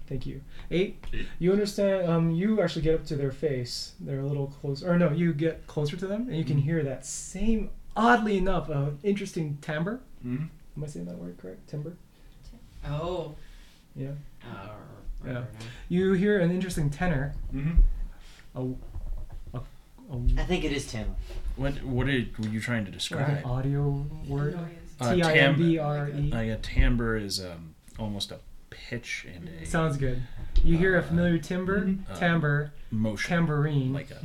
Speaker 3: Thank you. Eight.
Speaker 6: Eight.
Speaker 3: You understand? Um, you actually get up to their face. They're a little close. Or no, you get closer to them, and you can hear that same. Oddly enough, uh, interesting timbre.
Speaker 6: Mm-hmm.
Speaker 3: Am I saying that word correct? Timbre.
Speaker 2: Oh.
Speaker 3: Yeah.
Speaker 2: Uh,
Speaker 3: Yeah. You hear an interesting tenor.
Speaker 6: Mm-hmm.
Speaker 3: A, a, a
Speaker 8: I think it is Tim.
Speaker 9: What What are you trying to
Speaker 3: Or an
Speaker 9: describe?
Speaker 3: audio word.
Speaker 9: Uh,
Speaker 3: T i m b r e.
Speaker 9: tam- uh, yeah, timbre is um, almost a pitch and a
Speaker 3: Sounds good. You hear a familiar timbre,
Speaker 9: Uh,
Speaker 3: timbre,
Speaker 9: motion,
Speaker 3: tambourine.
Speaker 9: Mm. like a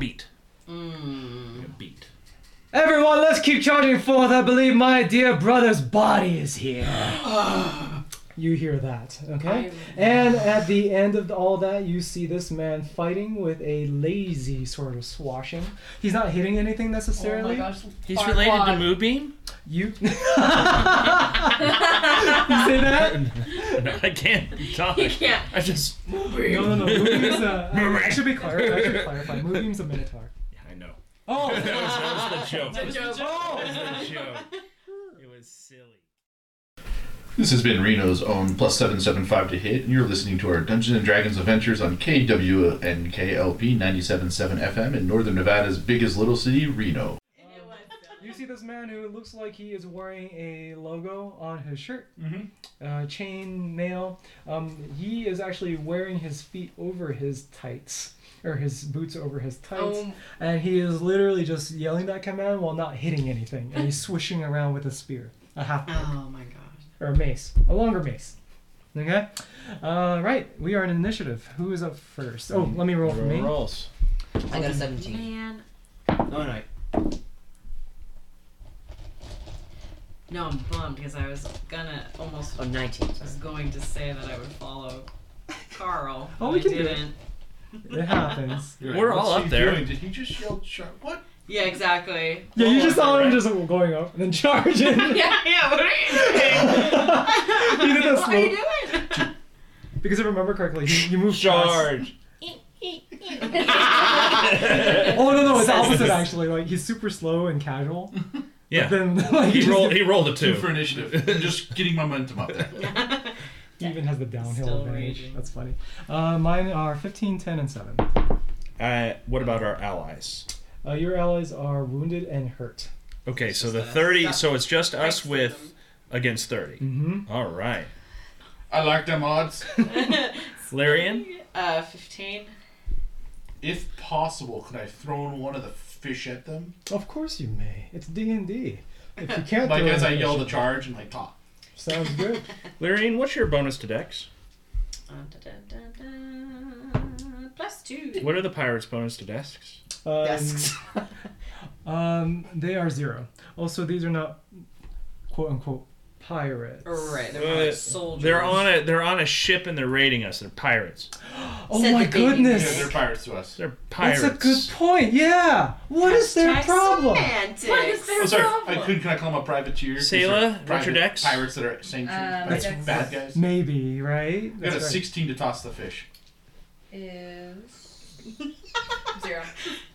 Speaker 9: beat. Like a beat.
Speaker 3: Everyone, let's keep charging forth. I believe my dear brother's body is here. you hear that, okay? And at the end of all that, you see this man fighting with a lazy sort of swashing. He's not hitting anything
Speaker 10: Oh
Speaker 3: necessarily.
Speaker 5: gosh,
Speaker 9: He's related to Moonbeam?
Speaker 3: You. [LAUGHS] you say that?
Speaker 9: [LAUGHS] No, I can't [LAUGHS] talk.
Speaker 5: He can't.
Speaker 9: I just. Moonbeam.
Speaker 3: No, no, no. Moonbeam's
Speaker 9: [LAUGHS]
Speaker 3: a. uh, I should be clear. I should clarify. Moonbeam's a minotaur.
Speaker 9: I know.
Speaker 3: Oh,
Speaker 9: that, was, that was the joke.
Speaker 5: [LAUGHS] That was the joke.
Speaker 9: That was the joke. It was silly.
Speaker 6: This has been Reno's own plus 775 to hit, and you're listening to our Dungeons and Dragons adventures on KWNKLP 97.7 FM in Northern Nevada's biggest little city, Reno.
Speaker 3: You see this man who looks like he is wearing a logo on his shirt,
Speaker 6: Mhm.
Speaker 2: Mm-hmm.
Speaker 3: uh, chain mail. Um, he is actually wearing his feet over his tights, or his boots over his tights,
Speaker 5: Oh.
Speaker 2: Um,
Speaker 3: and he is literally just yelling that command while not hitting anything, and he's swishing around with a spear, a half
Speaker 2: Oh my god.
Speaker 3: or a mace, a longer mace. Okay, uh, right. We are in initiative. Who is up first? Oh, let me roll for me.
Speaker 8: rolls.
Speaker 2: I got a 17.
Speaker 7: Man.
Speaker 8: No, no.
Speaker 7: No, I'm bummed because I was gonna almost.
Speaker 2: Oh, 19.
Speaker 7: I
Speaker 2: Sorry.
Speaker 7: was going to say that I would follow
Speaker 3: [LAUGHS]
Speaker 7: Carl.
Speaker 3: Oh,
Speaker 7: but
Speaker 3: we
Speaker 7: I
Speaker 3: can do it.
Speaker 7: didn't.
Speaker 3: It happens.
Speaker 6: You're
Speaker 9: We're
Speaker 6: "What's
Speaker 9: all up
Speaker 6: he
Speaker 9: there."
Speaker 6: doing? Did he just yell, "Char- what?
Speaker 7: Yeah, exactly. [LAUGHS]
Speaker 3: Yeah, you
Speaker 9: Roll
Speaker 3: just saw him
Speaker 9: right?
Speaker 3: just going up and then charging.
Speaker 7: yeah, yeah. What are you doing?
Speaker 3: you did that
Speaker 7: what are
Speaker 3: slow-
Speaker 7: you doing?
Speaker 3: [LAUGHS] Because if I remember correctly, you, you moved fast.
Speaker 9: Charge.
Speaker 3: Oh no no, it's the opposite actually. Like he's super slow and
Speaker 9: [LAUGHS]
Speaker 3: casual.
Speaker 9: Yeah.
Speaker 3: Then [LAUGHS] like he,
Speaker 9: He
Speaker 3: just
Speaker 9: rolled, he rolled a
Speaker 6: Two
Speaker 9: two.
Speaker 6: for initiative. I'm just getting momentum up there.
Speaker 3: even has the downhill
Speaker 7: Still
Speaker 3: advantage.
Speaker 7: raging.
Speaker 3: That's funny. Uh, mine are 15, 10, and 7.
Speaker 9: Uh, what about our allies?
Speaker 3: Uh, your allies are wounded and hurt.
Speaker 9: Okay, so the 30, so it's just us
Speaker 7: Thanks to
Speaker 9: with against 30.
Speaker 3: Mm-hmm.
Speaker 9: All right.
Speaker 6: I like them odds.
Speaker 9: Larian?
Speaker 7: Uh, fifteen.
Speaker 6: If possible, could I throw in one of the fish at them?
Speaker 3: Of course you may. It's D and D. If you
Speaker 9: [LAUGHS]
Speaker 3: can't
Speaker 6: Like
Speaker 3: throw
Speaker 6: as
Speaker 3: an
Speaker 6: I yell the
Speaker 3: initiative.
Speaker 6: charge and like talk.
Speaker 3: Sounds good.
Speaker 9: Larian, what's your bonus to dex?
Speaker 7: Dun, dun, dun, dun, dun. Plus two.
Speaker 9: What are the pirates' bonus to desks?
Speaker 3: Um,
Speaker 2: Desks.
Speaker 3: um, they are zero. Also, these are not quote unquote pirates.
Speaker 7: Right, they're more like
Speaker 9: Uh,
Speaker 7: soldiers.
Speaker 9: They're on a they're on a ship and they're raiding us. They're pirates.
Speaker 3: Oh
Speaker 7: Said
Speaker 3: my
Speaker 7: the baby.
Speaker 6: Yeah,
Speaker 3: goodness.
Speaker 6: they're pirates to us.
Speaker 9: They're pirates.
Speaker 3: That's a good point. Yeah. What is their
Speaker 7: Hashtag
Speaker 3: problem?
Speaker 7: semantics.
Speaker 5: What is their
Speaker 6: Oh, sorry. I
Speaker 5: problem?
Speaker 6: could. Can I call them a privateer? These
Speaker 9: Sayla,
Speaker 6: are
Speaker 9: what's your
Speaker 6: private
Speaker 9: dex?
Speaker 6: Pirates that are sanctioned.
Speaker 10: Uh,
Speaker 6: by
Speaker 10: That's
Speaker 6: bad guys.
Speaker 3: Maybe, right?
Speaker 6: I got a
Speaker 3: right.
Speaker 6: 16 to toss the fish.
Speaker 10: Um, Is zero.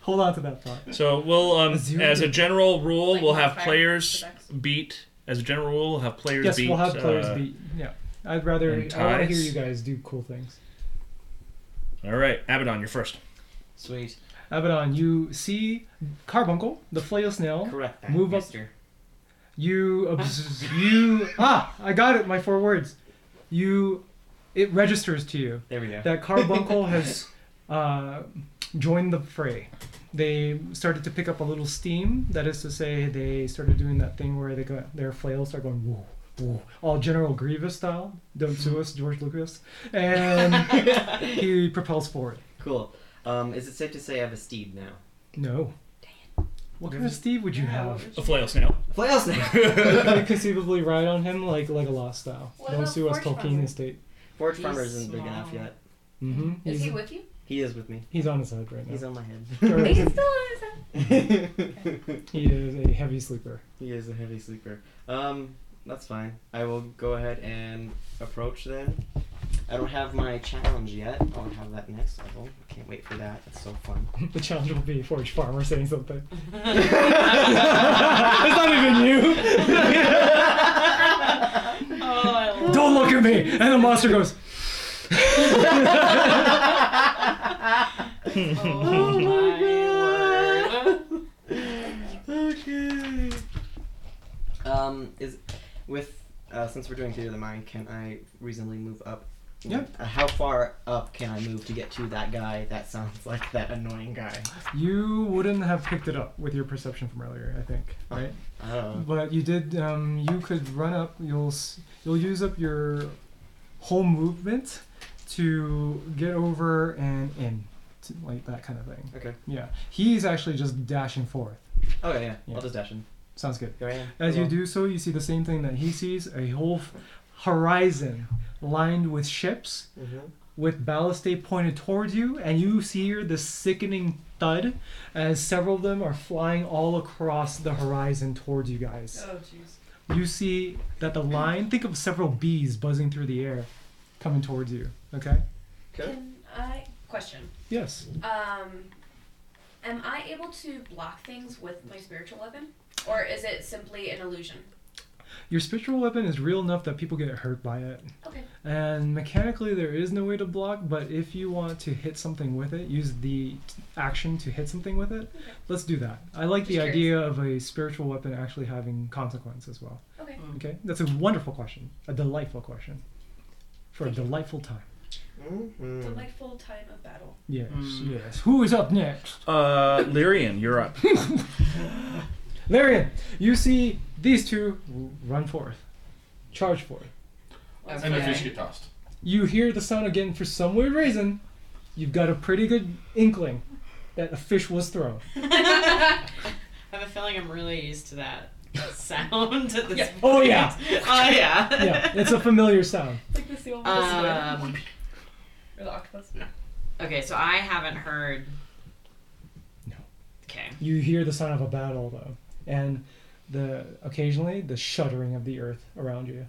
Speaker 3: Hold on to that thought.
Speaker 9: So we'll um
Speaker 3: A zero
Speaker 9: as a
Speaker 3: to-
Speaker 9: general rule
Speaker 10: Like
Speaker 9: we'll have
Speaker 10: modifier
Speaker 9: players
Speaker 10: to dex.
Speaker 9: beat as a general rule we'll have players
Speaker 3: yes,
Speaker 9: beat.
Speaker 3: we'll have players
Speaker 9: uh,
Speaker 3: beat. Yeah. I'd rather. I want
Speaker 9: and
Speaker 3: to hear
Speaker 9: ties.
Speaker 3: you guys do cool things.
Speaker 9: All right, Abaddon, you're first.
Speaker 8: Sweet.
Speaker 3: Abaddon, you see Carbuncle, the flail snail.
Speaker 8: Correct that,
Speaker 3: Move up.
Speaker 8: mister.
Speaker 3: You. Obs- you. Ah, I got it. My four words. You. It registers to you
Speaker 8: There we go.
Speaker 3: that Carbuncle has uh, joined the fray. They started to pick up a little steam. That is to say, they started doing that thing where they go, their flails start going whoa, whoa, all General Grievous style. Don't sue us, George Lucas.
Speaker 10: [LAUGHS]
Speaker 3: And he propels forward.
Speaker 8: Cool. Um, is it safe to say I have a steed now?
Speaker 3: No. What kind of Steve would you have? [LAUGHS]
Speaker 9: A flail snail.
Speaker 8: Flail snake.
Speaker 3: You could conceivably ride on him like Legolas style.
Speaker 10: What
Speaker 3: Don't
Speaker 10: about
Speaker 3: sue us,
Speaker 10: Forge
Speaker 3: Tolkien
Speaker 10: Runner?
Speaker 3: estate.
Speaker 8: Forge
Speaker 7: He's
Speaker 8: Farmer isn't big
Speaker 7: small.
Speaker 8: enough yet.
Speaker 3: hmm
Speaker 10: Is he
Speaker 3: He's,
Speaker 10: with you?
Speaker 8: He is with me.
Speaker 3: he's on his head right
Speaker 8: He's
Speaker 3: now.
Speaker 8: on my head.
Speaker 3: Or
Speaker 10: He's still on his own.
Speaker 3: he is a heavy sleeper.
Speaker 8: [LAUGHS] he is a heavy sleeper. Um, that's fine. I will go ahead and approach then. I don't have my challenge yet. I'll have that next level. I can't wait for that. It's so fun. [LAUGHS]
Speaker 3: The challenge will be Forge Farmer saying something. it's not even you.
Speaker 8: [LAUGHS]
Speaker 3: Don't look at me. And the monster goes.
Speaker 7: Oh my word.
Speaker 8: okay. Um, is with uh, since we're doing theater of the mind, can I reasonably move up?
Speaker 3: Yeah.
Speaker 8: Uh, how far up can I move to get to that guy that sounds [LAUGHS] like that annoying guy?
Speaker 3: You wouldn't have picked it up with your perception from earlier, I think, right?
Speaker 8: Oh.
Speaker 3: But you did. Um, you could run up. You'll s- you'll use up your whole movement to get over and in, to, like that kind of thing.
Speaker 8: Okay.
Speaker 3: Yeah, he's actually just dashing forth.
Speaker 8: Okay, yeah. I'll just dash in.
Speaker 3: Sounds good.
Speaker 8: Go ahead.
Speaker 3: As you
Speaker 8: Cool.
Speaker 3: do so, you see the same thing that he sees a whole f- horizon lined with ships
Speaker 8: Mhm.
Speaker 3: with ballistae pointed towards you, and you hear the sickening thud as several of them are flying all across the horizon towards you guys.
Speaker 5: Oh, jeez.
Speaker 3: You see that the line, think of several bees buzzing through the air coming towards you, okay?
Speaker 10: Can I question?
Speaker 3: Yes.
Speaker 10: Um, am I able to block things with my spiritual weapon, or is it simply an illusion?
Speaker 3: Your spiritual weapon is real enough that people get hurt by it.
Speaker 10: Okay.
Speaker 3: And mechanically, there is no way to block, but if you want to hit something with it, use the t- action to hit something with it. Let's do that. I like the
Speaker 10: Just
Speaker 3: idea of a spiritual weapon actually having consequence as well.
Speaker 10: Okay.
Speaker 3: Okay? That's a wonderful question, a delightful question for a delightful time.
Speaker 10: Delightful time of battle.
Speaker 3: Yes, yes. Mm. Who is up next?
Speaker 9: Uh, Lyrian, you're up.
Speaker 3: Larian, you see these two r- run forth, charge forth.
Speaker 6: And the fish get tossed.
Speaker 3: you hear the sound again for some weird reason, you've got a pretty good inkling that a fish was thrown.
Speaker 2: I have a feeling I'm really used to
Speaker 3: [LAUGHS]
Speaker 2: that sound at this point.
Speaker 3: Oh yeah.
Speaker 7: [LAUGHS]
Speaker 2: Oh, yeah.
Speaker 3: yeah, it's a familiar sound.
Speaker 10: Like the seal.
Speaker 2: Um,
Speaker 10: or the octopus.
Speaker 2: okay, so I haven't heard. Okay.
Speaker 3: You hear the sound of a battle though, and the occasionally the shuddering of the earth around you.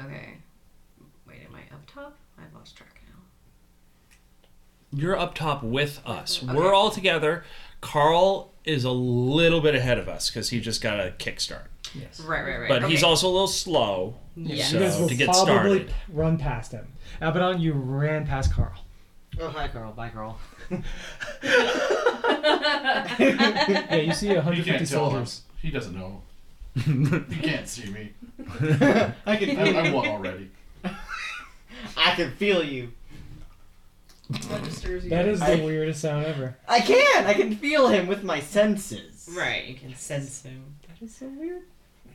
Speaker 2: Okay. Wait, am I up top? I've lost track now.
Speaker 9: You're up top with us. We're all together. Carl is a little bit ahead of us because he just got a kickstart.
Speaker 3: Yes.
Speaker 2: Right, right, right.
Speaker 9: But he's
Speaker 2: Okay.
Speaker 9: also a little slow.
Speaker 2: Yes.
Speaker 9: So
Speaker 3: you guys will
Speaker 9: to get
Speaker 3: probably
Speaker 9: started.
Speaker 3: p- run past him. Abaddon, you ran past Carl.
Speaker 8: Oh, hi, Carl. Bye, Carl.
Speaker 3: yeah, you see
Speaker 6: He
Speaker 3: 150
Speaker 6: can't tell
Speaker 3: soldiers.
Speaker 6: us. He doesn't know. [LAUGHS] he can't see me. I can. I, I won already.
Speaker 8: I can feel you.
Speaker 5: Registers you.
Speaker 3: That is the
Speaker 8: I-
Speaker 3: weirdest sound ever.
Speaker 8: I can. I can feel him with my senses.
Speaker 2: Right, you can sense him.
Speaker 3: That is so weird.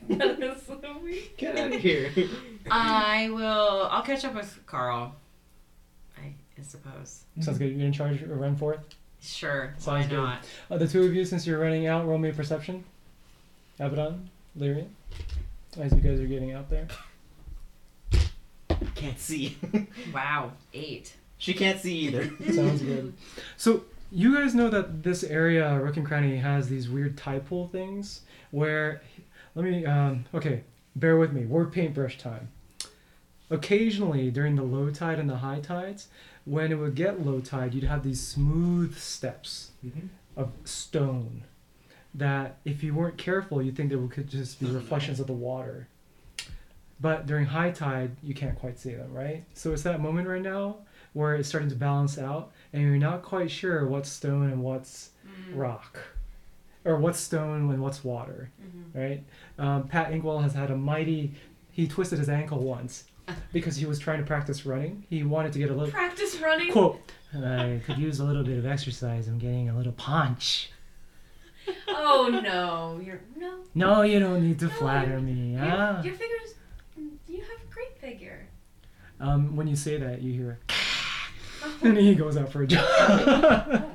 Speaker 10: That is so weird.
Speaker 8: Get [LAUGHS] out of here.
Speaker 2: I will. I'll catch up with Carl. I, I suppose.
Speaker 3: Sounds good. You're gonna charge or run forth.
Speaker 2: Sure.
Speaker 3: Sounds
Speaker 2: why
Speaker 3: good.
Speaker 2: not?
Speaker 3: Uh, the two of you, since you're running out, roll me a perception. Abaddon, Lyrian, as you guys are getting out there.
Speaker 8: can't see. [LAUGHS]
Speaker 2: Wow. Eight.
Speaker 8: she can't see either.
Speaker 3: [LAUGHS] Sounds good. So you guys know that this area, Rook and Cranny, has these weird tide-pool things where, let me, um, okay, bear with me. Word paintbrush time. Occasionally during the low tide and the high tides, when it would get low tide, you'd have these smooth steps of stone that, if you weren't careful, you'd think there could just be reflections of the water. But during high tide, you can't quite see them, right? So it's that moment right now where it's starting to balance out, and you're not quite sure what's stone and what's rock, or what's stone and what's water, right? Um, Pat Inkwell has had a mighty. He twisted his ankle once because he was trying to practice running. He wanted to get a little
Speaker 10: Practice running.
Speaker 3: quote. I could use a little bit of exercise. I'm getting a little punch.
Speaker 10: Oh no, you're no.
Speaker 3: No, you don't need to flatter me.
Speaker 10: Your-
Speaker 3: Ah.
Speaker 10: Your figure's. You have a great figure.
Speaker 3: Um, when you say that, you hear, [LAUGHS] and he goes out for a jog.
Speaker 10: Oh,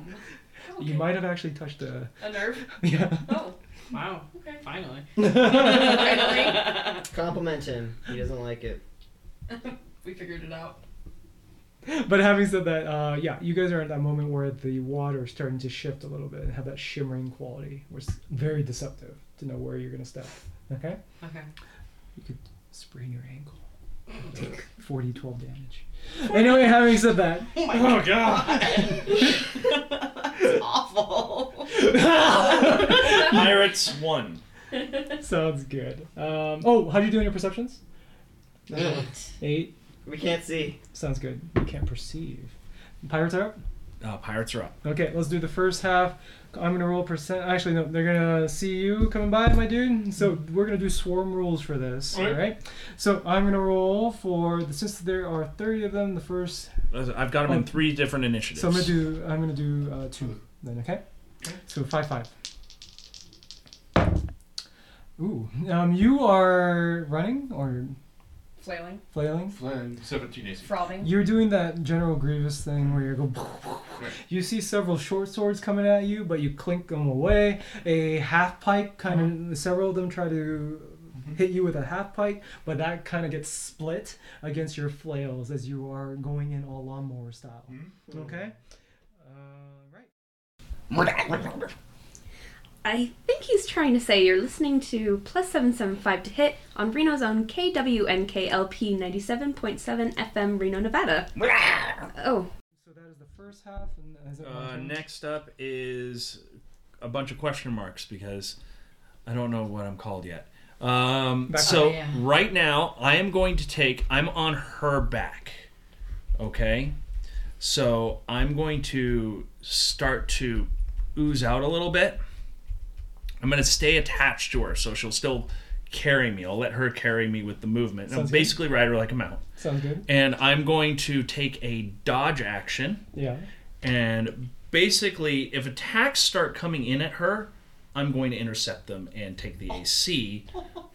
Speaker 3: You might have actually touched a. [LAUGHS]
Speaker 5: A nerve?
Speaker 3: Yeah. [LAUGHS]
Speaker 10: [LAUGHS]
Speaker 5: Oh.
Speaker 2: Wow.
Speaker 5: Okay.
Speaker 2: Finally.
Speaker 8: Compliment him. He doesn't like [LAUGHS] it.
Speaker 10: [LAUGHS]
Speaker 5: we figured it out.
Speaker 3: But having said that, uh, yeah, you guys are at that moment where the water is starting to shift a little bit and have that shimmering quality, which is very deceptive to know where you're gonna step. Okay.
Speaker 2: Okay.
Speaker 3: You could sprain your ankle. Take 40, 12 damage. Anyway, having said that.
Speaker 2: Oh my
Speaker 3: oh god.
Speaker 2: That's awful.
Speaker 9: [LAUGHS] Pirates one.
Speaker 3: Sounds good. Um, oh, how do you do in your perceptions?
Speaker 8: Eight.
Speaker 3: Eight.
Speaker 8: We can't see.
Speaker 3: Sounds good. You can't perceive. Pirates are up.
Speaker 9: Uh, pirates are up.
Speaker 3: Okay, let's do the first half. I'm gonna roll percent. Actually, no, they're gonna see you coming by, my dude. So we're gonna do swarm rules for this. All
Speaker 9: Alright.
Speaker 3: right. So I'm gonna roll for the since there are 30 of them. The first.
Speaker 9: I've got them in three different initiatives.
Speaker 3: So I'm gonna do. I'm gonna do uh, two. Then okay. So five five. Ooh. Um, you are running or
Speaker 10: Flailing.
Speaker 3: Flailing?
Speaker 6: Flailing. 17 AC.
Speaker 10: Frothing.
Speaker 3: You're doing that General Grievous thing where you go. You see several short swords coming at you, but you clink them away. A half pike kind of. Several of them try to hit you with a half pike, but that kind of gets split against your flails as you are going in all lawnmower style. Okay? Uh,
Speaker 12: I think he's trying to say you're listening to plus 775 to hit on Reno's own KWNKLP 97.7 FM Reno, Nevada. oh,
Speaker 3: First half, and is it my
Speaker 9: Uh,
Speaker 3: turn?
Speaker 9: next up is a bunch of question marks because I don't know what I'm called yet. Um,
Speaker 3: Back-
Speaker 9: so
Speaker 3: Oh, yeah.
Speaker 9: right now I am going to take. I'm on her back. Okay, so I'm going to start to ooze out a little bit. I'm going to stay attached to her, so she'll still carry me. I'll let her carry me with the movement. And I'll
Speaker 3: Sounds good.
Speaker 9: basically ride her like a mount.
Speaker 3: Sounds good.
Speaker 9: And I'm going to take a dodge action.
Speaker 3: Yeah.
Speaker 9: And basically, if attacks start coming in at her, I'm going to intercept them and take the AC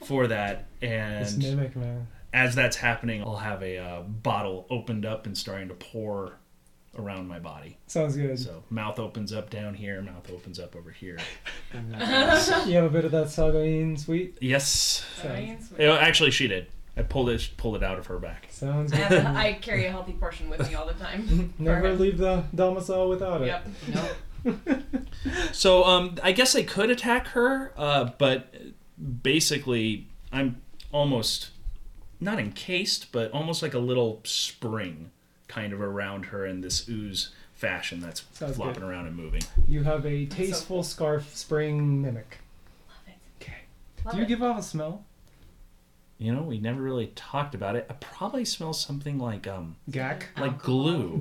Speaker 9: for that.
Speaker 3: This
Speaker 9: And
Speaker 3: mimic, man.
Speaker 9: as that's happening, I'll have a uh, bottle opened up and starting to pour around my body.
Speaker 3: Sounds good.
Speaker 9: So mouth opens up down here, mouth opens up over here.
Speaker 3: you have a bit of that Sagain sweet?
Speaker 9: yes.
Speaker 3: Sounds-
Speaker 9: You know, actually, she did. I pulled it, pulled it out of her back.
Speaker 3: Sounds
Speaker 10: I,
Speaker 3: good.
Speaker 10: have a, I carry a healthy portion with me all the time.
Speaker 3: [LAUGHS] Never leave the domicile without it.
Speaker 10: Yep. Nope.
Speaker 9: So um, I guess I could attack her, uh, but basically I'm almost not encased, but almost like a little spring kind of around her in this ooze fashion that's
Speaker 3: Sounds
Speaker 9: flopping
Speaker 3: good.
Speaker 9: around and moving.
Speaker 3: You have a tasteful scarf spring mimic. Love it. Okay. Do you give off a smell?
Speaker 9: You know, we never really talked about it. I probably smell something like um
Speaker 3: Gack.
Speaker 9: like glue.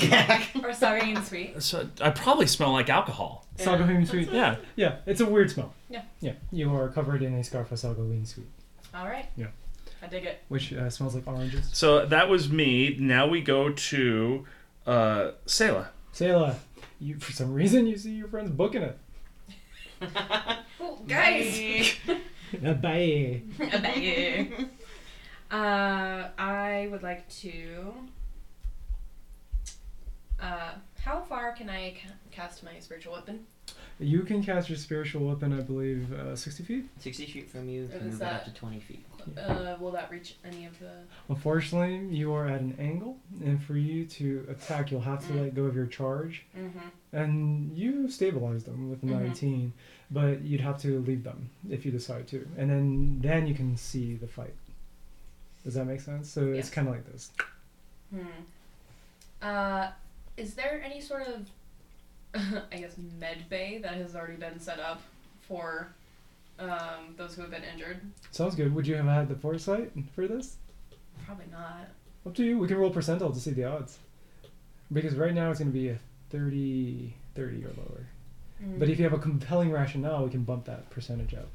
Speaker 10: or sorry and sweet.
Speaker 9: So I probably smell like alcohol.
Speaker 3: Yeah. Sagain sweet.
Speaker 9: Yeah.
Speaker 3: Yeah, it's a weird smell.
Speaker 10: Yeah.
Speaker 3: Yeah. You are covered in a scarf of Sagain sweet,
Speaker 10: All right.
Speaker 3: Yeah.
Speaker 10: I dig it.
Speaker 3: which uh, smells like oranges.
Speaker 9: So that was me. Now we go to uh Selah.
Speaker 3: Sayla, you for some reason you see your friends booking it.
Speaker 10: Oh, guys.
Speaker 3: Yeah, Bye.
Speaker 10: [LAUGHS] uh, I would like to. Uh, how far can I ca- cast my spiritual weapon?
Speaker 3: You can cast your spiritual weapon, I believe, uh, sixty feet.
Speaker 8: 60 feet from you, you
Speaker 10: Is
Speaker 8: can move it
Speaker 10: that-
Speaker 8: up to 20 feet.
Speaker 10: Uh, will that reach any of the?
Speaker 3: Unfortunately, you are at an angle, and for you to attack, you'll have to let go of your charge.
Speaker 10: Mhm.
Speaker 3: And you stabilize them with
Speaker 10: Mhm.
Speaker 3: 19, but you'd have to leave them if you decide to, and then then you can see the fight. Does that make sense? So it's kind of like this.
Speaker 10: Hmm. Uh, is there any sort of, [LAUGHS] I guess, med bay that has already been set up for um, those who have been injured?
Speaker 3: Sounds good. Would you have had the foresight for this?
Speaker 10: Probably not.
Speaker 3: Up to you. We can roll percentile to see the odds, because right now it's going to be a 30, 30 or lower. But if you have a compelling rationale, we can bump that percentage up.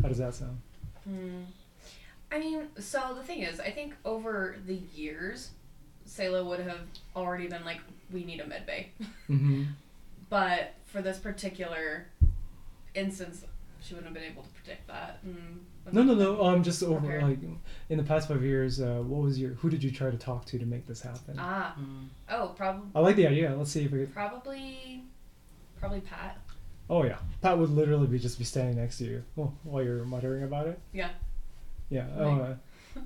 Speaker 3: How does that sound?
Speaker 10: Hmm. I mean, so the thing is, I think over the years, Sayla would have already been like, we need a med bay.
Speaker 3: Mm-hmm.
Speaker 10: but for this particular instance, she wouldn't have been able to predict that. Mm.
Speaker 3: No, no, no. Um, just over
Speaker 10: Prepared.
Speaker 3: like in the past five years, uh, what was your? Who did you try to talk to to make this happen?
Speaker 10: Ah. Oh, probably.
Speaker 3: I like the idea. Let's see if we.
Speaker 10: Probably, probably Pat.
Speaker 3: Oh yeah, Pat would literally be just be standing next to you oh, while you're muttering about it.
Speaker 10: Yeah,
Speaker 3: Yeah.
Speaker 10: Right.
Speaker 3: Uh,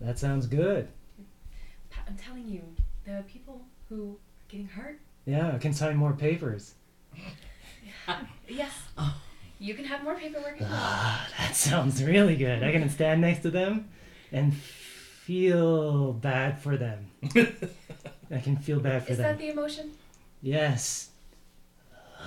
Speaker 3: that sounds good.
Speaker 10: Pat. I'm telling you, the people who are getting hurt.
Speaker 3: Yeah, I can sign more papers. [LAUGHS]
Speaker 10: Yes. You can have more paperwork. if you
Speaker 4: Ah, that sounds really good. I can stand next to them and feel bad for them. I can feel bad
Speaker 10: want.
Speaker 4: for
Speaker 10: Is
Speaker 4: them.
Speaker 10: that the emotion?
Speaker 3: [LAUGHS]
Speaker 4: Yes.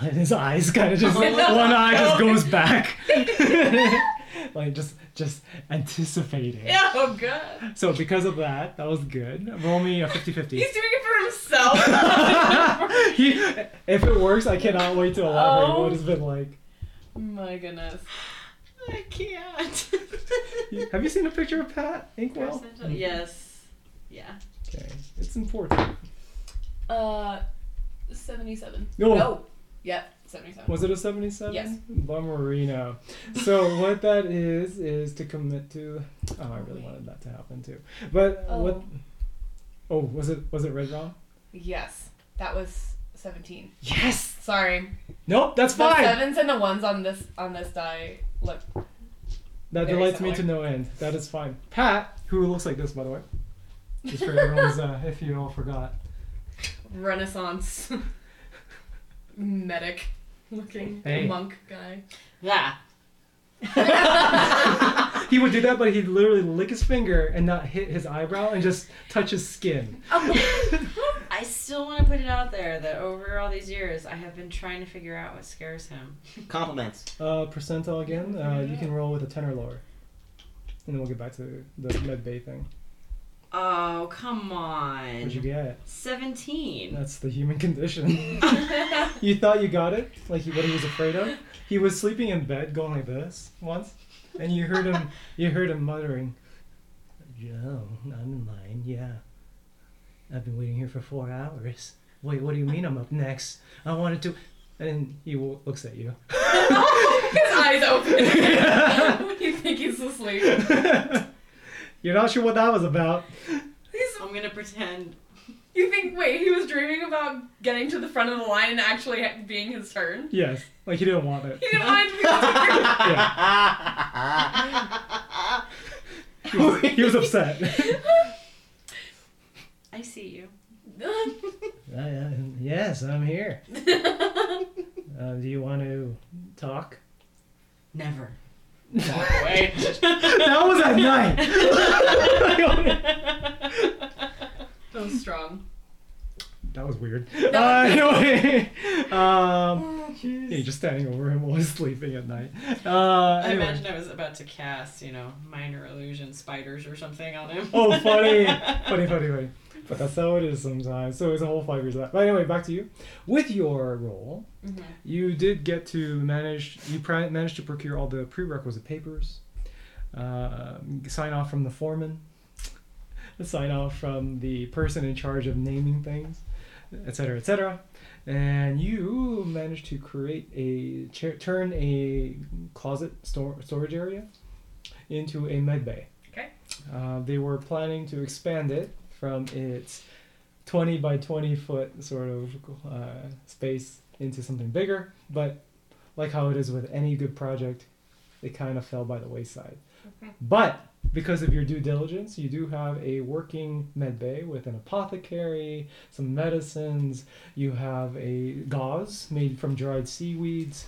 Speaker 4: And his eyes kind of just one eye just goes back.
Speaker 3: [LAUGHS] Like just just anticipating.
Speaker 10: Oh god.
Speaker 3: So because of that, that was good. Roll me a 50-50.
Speaker 10: He's doing it for [LAUGHS] himself.
Speaker 3: He- if it works, I cannot wait to elaborate
Speaker 10: Oh.
Speaker 3: what it's been like.
Speaker 10: My goodness. I
Speaker 5: [LAUGHS]
Speaker 10: can't.
Speaker 3: Have you seen a picture of Pat Inkwell?
Speaker 10: yes. Yeah.
Speaker 3: Okay, it's important.
Speaker 10: Uh, seventy-seven.
Speaker 3: No.
Speaker 10: No.
Speaker 5: Oh, Yep, 77.
Speaker 3: Was it a 77?
Speaker 5: Yes.
Speaker 3: Bummerino. So what that is is to commit to. Oh, I really wanted that to happen too. But what? Oh, was it was it red wrong?
Speaker 5: Yes, that was 17.
Speaker 3: Yes.
Speaker 5: Sorry.
Speaker 3: Nope, that's
Speaker 5: the
Speaker 3: fine.
Speaker 5: sevens and the ones on this on this die look.
Speaker 3: That
Speaker 5: very
Speaker 3: delights me to
Speaker 5: similar.
Speaker 3: no end. That is fine. Pat, who looks like this by the way, just for everyone's uh, if you all forgot.
Speaker 5: Renaissance medic looking
Speaker 3: Hey.
Speaker 5: monk
Speaker 3: [LAUGHS]
Speaker 5: guy.
Speaker 2: Yeah.
Speaker 3: He would do that, but he'd literally lick his finger and not hit his eyebrow and just touch his skin.
Speaker 7: I still want to put it out there that over all these years, I have been trying to figure out what scares him.
Speaker 8: Compliments.
Speaker 3: Uh, percentile again. Uh, you can roll with a ten or lower, and then we'll get back to the med bay thing.
Speaker 7: Oh, come on.
Speaker 3: What'd you get?
Speaker 7: 17.
Speaker 3: That's the human condition. [LAUGHS] you thought you got it? Like what he was afraid of? He was sleeping in bed going like this once, and you heard him. You heard him muttering,
Speaker 4: Joe, I'm in line, yeah. I've been waiting here for four hours. Wait, what do you mean I'm up next? I wanted to.
Speaker 3: and then he w- looks at you.
Speaker 5: His eyes
Speaker 3: [LAUGHS]
Speaker 5: open. [LAUGHS] you think he's asleep?
Speaker 3: You're not sure what that was about.
Speaker 7: I'm going to pretend.
Speaker 5: You think? Wait, he was dreaming about getting to the front of the line and actually ha- being his turn.
Speaker 3: Yes, like he didn't
Speaker 5: [LAUGHS]
Speaker 3: want it.
Speaker 5: He didn't
Speaker 10: [LAUGHS]
Speaker 5: mind being his turn.
Speaker 3: He was, he was upset.
Speaker 7: I see you.
Speaker 4: I, I, yes, I'm here.
Speaker 7: [LAUGHS]
Speaker 4: uh, do you want to talk?
Speaker 7: Never.
Speaker 3: [LAUGHS] that was at night.
Speaker 5: That was strong.
Speaker 3: that was weird. Uh, anyway,
Speaker 7: [LAUGHS]
Speaker 3: um, yeah, just standing over him while he's sleeping at night. Uh,
Speaker 7: I
Speaker 3: anyway.
Speaker 7: imagine I was about to cast, you know, minor illusion spiders or something on him.
Speaker 3: [LAUGHS] Oh, funny, funny, funny, funny. But that's how it is sometimes. So it's a whole five years of that. But anyway, back to you. With your role, you did get to manage. You pri- managed to procure all the prerequisite papers. Uh, sign off from the foreman. [LAUGHS] Sign off from the person in charge of naming things, etc., cetera, etc. Cetera. And you managed to create a cha- turn a closet stor- storage area into a med bay.
Speaker 5: Okay.
Speaker 3: Uh, they were planning to expand it from its 20 by 20 foot sort of uh, space into something bigger, but like how it is with any good project, it kind of fell by the wayside. But because of your due diligence, you do have a working med bay with an apothecary, some medicines, you have a gauze made from dried seaweeds.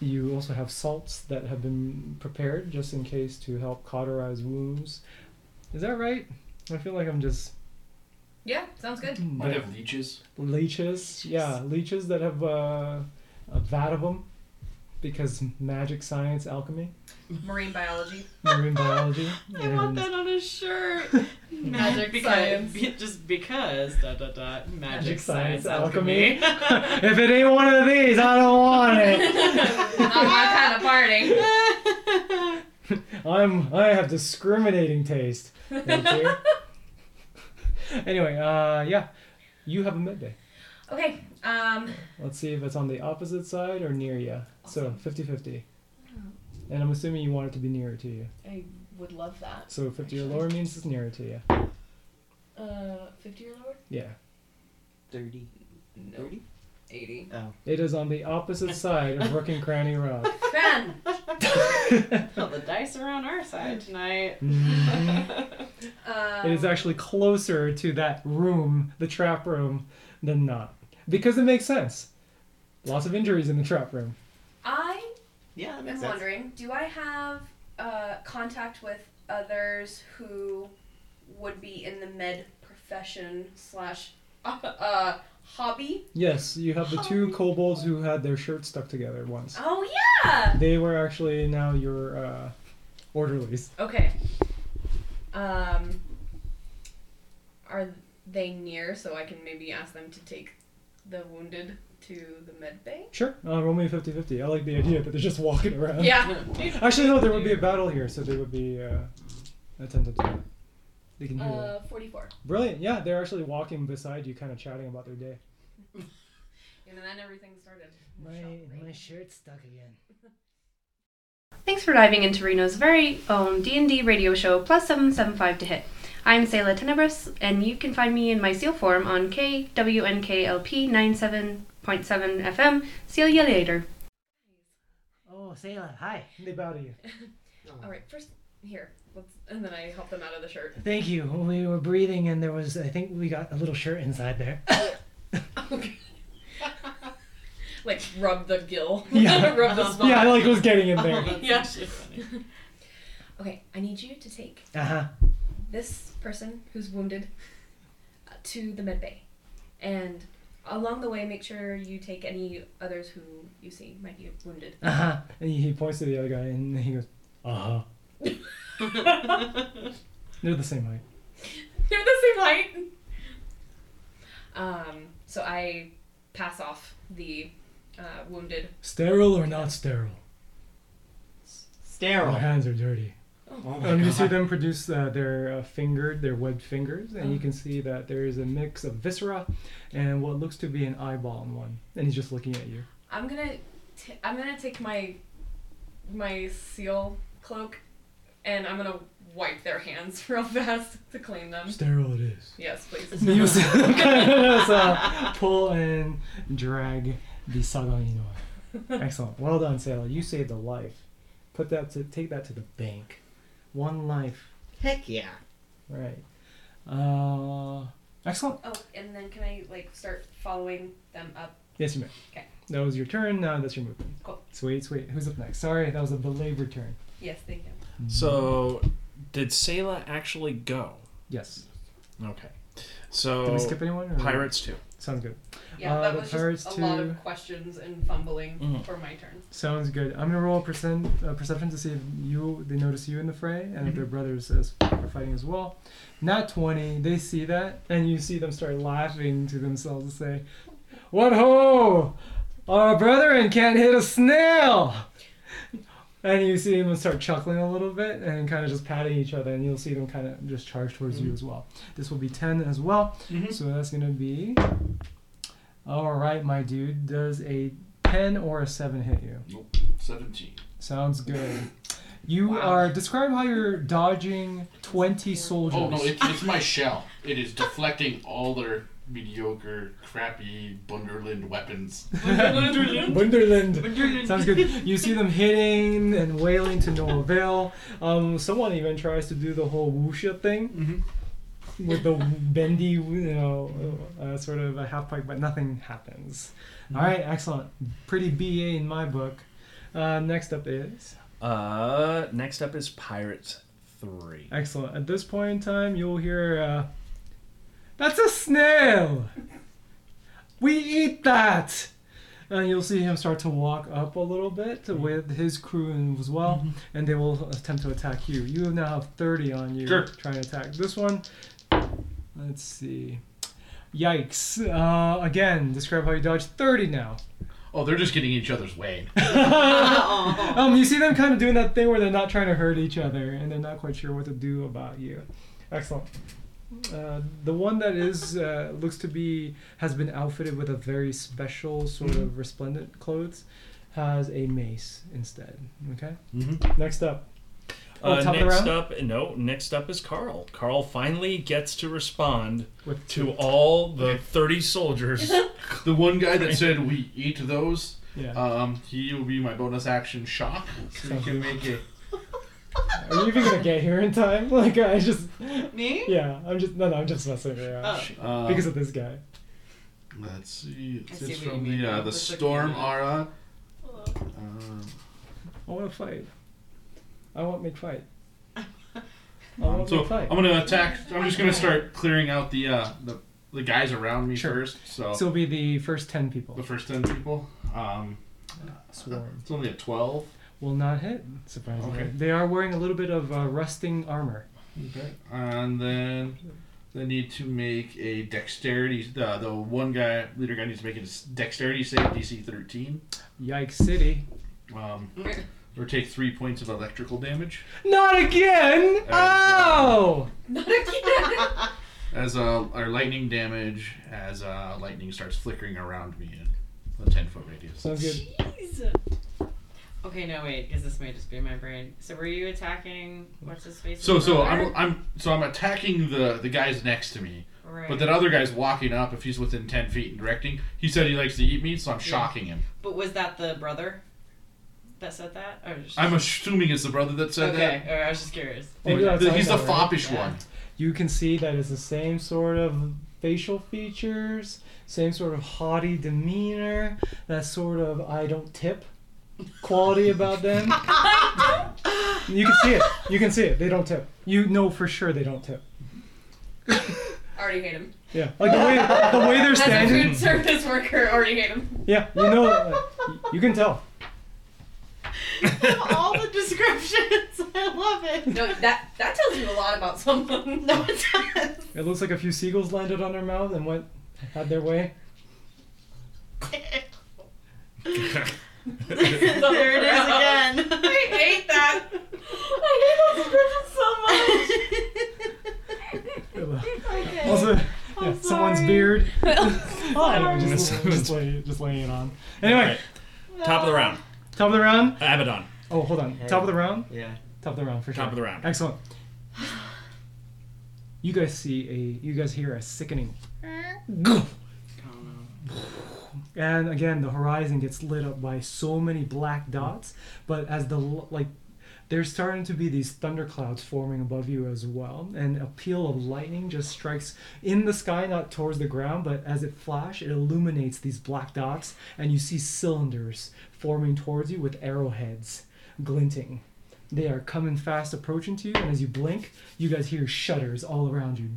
Speaker 3: You also have salts that have been prepared just in case to help cauterize wounds. Is that right? I feel like I'm just
Speaker 5: Yeah, sounds good.
Speaker 6: Might have leeches.
Speaker 3: leeches. Yeah, leeches that have uh, a vat of them because magic, science, alchemy,
Speaker 5: Marine biology.
Speaker 3: marine biology.
Speaker 7: [LAUGHS] I want
Speaker 3: and-
Speaker 7: that on a shirt.
Speaker 5: Magic
Speaker 7: because,
Speaker 5: science.
Speaker 7: [LAUGHS] Just because, dot, dot, dot, magic,
Speaker 3: Magic,
Speaker 7: science,
Speaker 3: science,
Speaker 7: alchemy. [LAUGHS]
Speaker 3: if it ain't one of these, I don't want it.
Speaker 5: Not my kind of
Speaker 7: [LAUGHS]
Speaker 5: party.
Speaker 3: I'm I have discriminating taste. Thank
Speaker 7: [LAUGHS]
Speaker 3: you. anyway, uh, yeah, you have a midday.
Speaker 5: Okay. Um.
Speaker 3: Let's see if it's on the opposite side or near you. So 50-50. And I'm assuming you want it to be nearer to you.
Speaker 5: I would love that.
Speaker 3: So 50 or lower means it's nearer to you.
Speaker 5: Uh, 50 or lower?
Speaker 3: Yeah.
Speaker 8: 30.
Speaker 5: No.
Speaker 8: 30?
Speaker 5: 80.
Speaker 8: Oh.
Speaker 3: It is on the opposite side of Brook and Cranny Rock.
Speaker 5: Cran!
Speaker 7: Well, the dice are on our side tonight.
Speaker 5: Um,
Speaker 3: It is actually closer to that room, the trap room, than not. Because it makes sense. Lots of injuries in the trap room.
Speaker 10: I
Speaker 8: Yeah, that
Speaker 10: am
Speaker 8: makes sense.
Speaker 10: wondering, do I have uh, contact with others who would be in the med profession slash uh, uh, hobby?
Speaker 3: Yes, you have the two kobolds who had their shirts stuck together once.
Speaker 10: Oh yeah.
Speaker 3: They were actually now your uh, orderlies.
Speaker 5: Okay. Um, are they near so I can maybe ask them to take the wounded to the med bay?
Speaker 3: Sure, uh, roll me a 50 50. I like the idea that they're just walking around.
Speaker 10: [LAUGHS]
Speaker 5: Yeah.
Speaker 3: Actually, no, there would be a battle here, so they would be uh, attentive to that. They can hear that.
Speaker 5: Uh, 44.
Speaker 3: Brilliant. Yeah, they're actually walking beside you, kind of chatting about their day.
Speaker 5: Yeah,
Speaker 10: and then everything started.
Speaker 3: My, my shirt's stuck again.
Speaker 7: Thanks for diving into Reno's very own D&D radio show plus 775 to hit. I'm Sayla Tenebris, and you can find me in my SEAL forum on KWNKLP 97.7 FM. See you later.
Speaker 3: Oh, Sayla, hi. They bow to you.
Speaker 10: All right, first here, let's, and then I help them out of the shirt. [LAUGHS]
Speaker 3: Thank you. We were breathing, and there was, I think we got a little shirt inside there.
Speaker 10: [LAUGHS] Like rub the gill,
Speaker 3: Yeah.
Speaker 10: [LAUGHS] rub the spot.
Speaker 3: Yeah, I, like, was getting in there.
Speaker 10: yeah. okay, I need you to take
Speaker 3: Uh huh.
Speaker 10: this person who's wounded uh, to the med bay, and along the way, make sure you take any others who you see might be wounded. [LAUGHS]
Speaker 3: Uh huh. And he points to the other guy, and he goes, uh huh. They're the same height.
Speaker 10: They're the same height. Um, so I pass off the uh, wounded.
Speaker 3: Sterile or not sterile?
Speaker 4: Sterile.
Speaker 3: My hands are dirty.
Speaker 10: Oh.
Speaker 4: Oh my
Speaker 3: and you see
Speaker 4: God.
Speaker 3: them produce uh, their uh, fingered, their webbed fingers, and
Speaker 4: Oh.
Speaker 3: you can see that there is a mix of viscera and what looks to be an eyeball in one. And he's just looking at you.
Speaker 10: I'm gonna, t- I'm gonna take my, my seal cloak, and I'm gonna wipe their hands [LAUGHS] real fast to clean
Speaker 4: Um,
Speaker 10: them.
Speaker 3: Sterile it is.
Speaker 10: Yes, please.
Speaker 3: And [LAUGHS] you see them kind of uh, pull and drag the Sagan
Speaker 4: [LAUGHS]
Speaker 3: Inoue. Excellent. Well done, Sailor. You saved a life. Put that to take that to the bank. One life.
Speaker 4: Heck yeah.
Speaker 3: Right. Uh, excellent.
Speaker 10: Oh, and then can I like start following them up?
Speaker 3: Yes, you may.
Speaker 10: Okay.
Speaker 3: That was your turn. Now that's your movement.
Speaker 10: Cool.
Speaker 3: Sweet, sweet. Who's up next? Sorry, that was a belabored turn.
Speaker 10: Yes, thank you.
Speaker 3: Uh,
Speaker 9: So, did Sayla actually go?
Speaker 3: Yes.
Speaker 9: Okay. So,
Speaker 3: Did we skip anyone? or-
Speaker 9: Pirates too.
Speaker 3: Sounds good.
Speaker 10: Yeah,
Speaker 3: Uh,
Speaker 10: that
Speaker 3: the
Speaker 10: was
Speaker 3: pirates
Speaker 10: just a lot
Speaker 3: too.
Speaker 10: of questions and fumbling
Speaker 5: Mm-hmm.
Speaker 3: Mhm.
Speaker 10: for my turn.
Speaker 3: Sounds good. I'm gonna roll a percent, uh, perception to see if you they notice you in the fray and if their brothers as, are fighting as well. Not twenty. They see that and you see them start laughing to themselves and say, "What ho! Our brethren can't hit a snail." And you see them start chuckling a little bit and kind of just patting each other, and you'll see them kind of just charge towards you as well. This will be 10 as well. So that's going to be. All right, my dude. Does a 10 or a 7 hit you?
Speaker 6: Nope. 17.
Speaker 3: Sounds good. You are. Describe how you're dodging 20 soldiers.
Speaker 6: Oh, no, it, it's my shell. It is deflecting all their mediocre, crappy Bunderland weapons.
Speaker 3: Wonderland. Sounds good. You see them hitting and wailing to no avail. Um, someone even tries to do the whole wuxia thing
Speaker 6: Mm-hmm.
Speaker 3: with the bendy, you know, uh, sort of a half pipe, but nothing happens.
Speaker 6: Mm-hmm.
Speaker 3: All right, excellent. Pretty BA in my book. Uh, next up is.
Speaker 9: Uh, next up is Pirates 3.
Speaker 3: Excellent. At this point in time, you'll hear, uh, That's a snail! We eat that! And you'll see him start to walk up a little bit with his crew as well, and they will attempt to attack you. You now have 30 on you
Speaker 9: Sure.
Speaker 3: trying to attack this one. Let's see. Yikes. Uh, again, describe how you dodge 30 now.
Speaker 6: Oh, they're just getting each other's way.
Speaker 3: um, you see them kind of doing that thing where they're not trying to hurt each other and they're not quite sure what to do about you. Excellent. Uh, the one that is uh, looks to be has been outfitted with a very special sort of resplendent clothes, has a mace instead. Okay.
Speaker 9: Mhm.
Speaker 3: Next up.
Speaker 9: Uh,
Speaker 3: top of the
Speaker 9: next
Speaker 3: round?
Speaker 9: up, no. Next up is Carl. Carl finally gets to respond
Speaker 3: With
Speaker 9: to all the thirty soldiers.
Speaker 6: The one guy that said we eat those,
Speaker 3: Yeah.
Speaker 6: um, he will be my bonus action shock. So you can make it.
Speaker 3: Are you even gonna get here in time? [LAUGHS] Like I just.
Speaker 4: Me?
Speaker 3: Yeah, I'm just no, no, I'm just messing around
Speaker 9: Oh.
Speaker 6: Uh,
Speaker 3: because of this guy.
Speaker 6: Let's see.
Speaker 4: I
Speaker 6: It's
Speaker 4: see what you
Speaker 6: from
Speaker 4: mean
Speaker 6: the, uh,
Speaker 4: now.
Speaker 6: the
Speaker 4: That's okay.
Speaker 6: Storm Aura. Um,
Speaker 3: I want to fight. I want make fight. [LAUGHS] I
Speaker 6: Um,
Speaker 3: want
Speaker 6: so
Speaker 3: make fight.
Speaker 6: I'm gonna attack. I'm just gonna start clearing out the uh, the, the guys around me
Speaker 3: Sure.
Speaker 6: first. So,
Speaker 3: So it'll be the first ten people.
Speaker 6: the first ten people. Um,
Speaker 3: Swarm
Speaker 6: it's only a twelve.
Speaker 3: will not hit. Surprisingly,
Speaker 6: Okay.
Speaker 3: they are wearing a little bit of uh, rusting armor.
Speaker 6: Okay. And then they need to make a dexterity. The the one guy leader guy needs to make a dexterity save DC 13.
Speaker 3: Yikes, city!
Speaker 6: Um, or take three points of electrical damage
Speaker 3: Not again! Oh!
Speaker 6: as uh, or lightning damage as uh, lightning starts flickering around me and A 10 foot radius.
Speaker 3: Sounds good.
Speaker 2: Okay, no, wait, because this may just be my brain. So were you attacking what's his face?
Speaker 6: So so I'm, I'm so I'm attacking the the guys next to me.
Speaker 2: Right.
Speaker 6: But that other guy's walking up. If he's within ten feet and directing, he said he likes to eat meat, so I'm shocking him.
Speaker 2: But was that the brother that said that? Or just...
Speaker 6: I'm assuming it's the brother that said
Speaker 2: okay. Okay, I was just curious.
Speaker 6: that.
Speaker 3: Maybe I'll tell
Speaker 6: he's
Speaker 3: you
Speaker 6: the
Speaker 3: that, right?
Speaker 6: foppish one.
Speaker 3: You can see that it's the same sort of facial features, same sort of haughty demeanor, that sort of I don't tip quality
Speaker 5: [LAUGHS]
Speaker 3: about them. you can see it. You can see it. They don't tip. You know for sure they don't
Speaker 5: [LAUGHS]
Speaker 3: tip.
Speaker 5: Already hate him.
Speaker 3: Yeah, like the way the way they're
Speaker 5: As a
Speaker 3: standing.
Speaker 5: food service worker, already hate him.
Speaker 3: Yeah, you know, like, you can tell.
Speaker 2: all the descriptions. I love it.
Speaker 5: No, that that tells you a lot about [LAUGHS] someone.
Speaker 2: No, it does.
Speaker 3: It looks like a few seagulls landed on their mouth and went had their way.
Speaker 2: [LAUGHS] there it is again.
Speaker 5: I hate that.
Speaker 2: I hate
Speaker 5: [LAUGHS]
Speaker 2: [LAUGHS] that description
Speaker 3: Also, [LAUGHS] yeah, someone's beard. [LAUGHS]
Speaker 2: so
Speaker 3: Yeah,
Speaker 2: much.
Speaker 3: just, just, lay, just laying it on. Anyway,
Speaker 9: [LAUGHS] Top of the round.
Speaker 3: top of the round.
Speaker 9: Abaddon.
Speaker 3: Oh, hold on. Top of the round.
Speaker 8: Yeah.
Speaker 3: Top of the round for sure.
Speaker 9: Top of the round.
Speaker 3: Excellent. You guys see a. You guys hear a sickening. And again, the horizon gets lit up by so many black dots. But as the l- like, there's starting to be these thunderclouds forming above you as well, and a peal of lightning just strikes in the sky, not towards the ground, but as it flash, it illuminates these black dots, and you see cylinders forming towards you with arrowheads glinting. They are coming fast, approaching to you, and as you blink, you guys hear shutters all around you.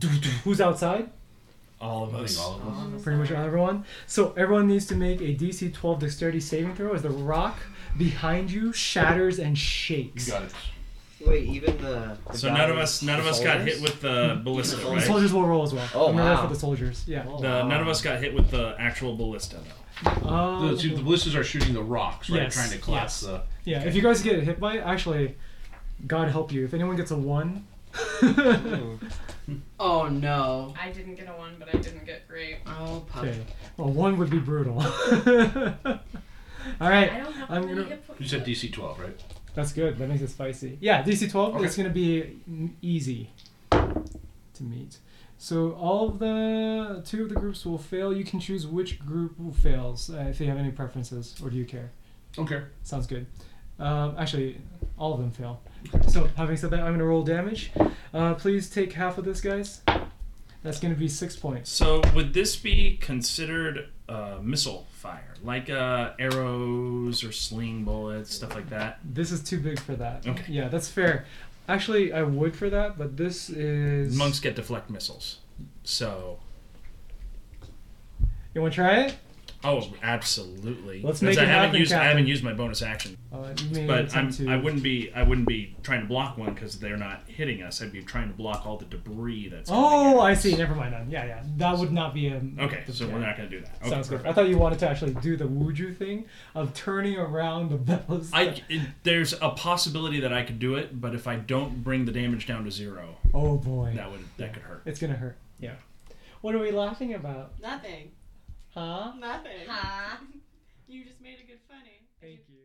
Speaker 3: Who's outside?
Speaker 9: All of us.
Speaker 3: pretty much everyone. So everyone needs to make a DC 12 dexterity saving throw as the rock behind you shatters and shakes.
Speaker 6: You got it.
Speaker 8: Wait, even the. the
Speaker 9: So
Speaker 8: guy
Speaker 9: none of
Speaker 8: with
Speaker 9: us, none of
Speaker 8: the
Speaker 9: us got
Speaker 8: shoulders?
Speaker 9: hit with [LAUGHS] the ballista,
Speaker 8: The
Speaker 3: The
Speaker 9: right?
Speaker 3: soldiers will roll as well.
Speaker 8: Oh,
Speaker 3: Remember that
Speaker 8: wow.
Speaker 3: for the soldiers. Yeah.
Speaker 8: Oh,
Speaker 9: The,
Speaker 8: wow.
Speaker 9: none of us got hit with the actual ballista, though.
Speaker 3: Uh,
Speaker 6: The, see, the ballistas are shooting the rocks, right?
Speaker 3: Yes,
Speaker 6: Trying to collapse the.
Speaker 3: yeah. If you guys get hit by it, actually, God help you. If anyone gets a one, [LAUGHS]
Speaker 5: Hmm.
Speaker 2: Oh no.
Speaker 5: I didn't get a one, but I didn't get great.
Speaker 2: Oh puppy.
Speaker 3: okay. Well, one would be brutal. [LAUGHS] All right.
Speaker 5: I don't have
Speaker 3: I'm
Speaker 5: many
Speaker 3: gonna-
Speaker 5: hit points.
Speaker 6: You said DC 12, right?
Speaker 3: That's good. That makes it spicy. Yeah, DC 12
Speaker 6: Okay.
Speaker 3: It's going to be mm, easy to meet. So all of the two of the groups will fail. You can choose which group fails uh, if you have any preferences, or do you care?
Speaker 6: Okay.
Speaker 3: Sounds good. Um, actually, all of them fail. So having said that, I'm going to roll damage. Uh, please take half of this, guys. That's going to be six points.
Speaker 9: So would this be considered uh, missile fire, like uh, arrows or sling bullets, stuff like that?
Speaker 3: This is too big for that.
Speaker 9: Okay.
Speaker 3: Yeah, that's fair. Actually, I would for that, but this is
Speaker 9: Monks get deflect missiles. So,
Speaker 3: You want to try it?
Speaker 9: oh, absolutely.
Speaker 3: Let's
Speaker 9: Because
Speaker 3: make
Speaker 9: I
Speaker 3: it
Speaker 9: haven't
Speaker 3: happen,
Speaker 9: used I haven't
Speaker 3: Captain.
Speaker 9: used my bonus action,
Speaker 3: Uh, you may
Speaker 9: but I'm,
Speaker 3: attempt to-
Speaker 9: I wouldn't be I wouldn't be trying to block one because they're not hitting us. I'd be trying to block all the debris that's. coming
Speaker 3: Oh,
Speaker 9: at
Speaker 3: I
Speaker 9: us.
Speaker 3: see. Never mind then. Yeah, yeah. That would not be a.
Speaker 9: Okay, so
Speaker 3: yeah.
Speaker 9: we're not gonna do that. Okay,
Speaker 3: Sounds good. I
Speaker 9: perfect.
Speaker 3: thought you wanted to actually do the Wuju thing of turning around the bells.
Speaker 9: I it- there's a possibility that I could do it, but if I don't bring the damage down to zero,
Speaker 3: oh boy,
Speaker 9: that would that could hurt.
Speaker 3: it's gonna hurt. Yeah. What are we laughing about?
Speaker 2: Nothing.
Speaker 3: Huh?
Speaker 2: Nothing.
Speaker 10: Huh?
Speaker 2: You just made a good funny.
Speaker 3: Thank you.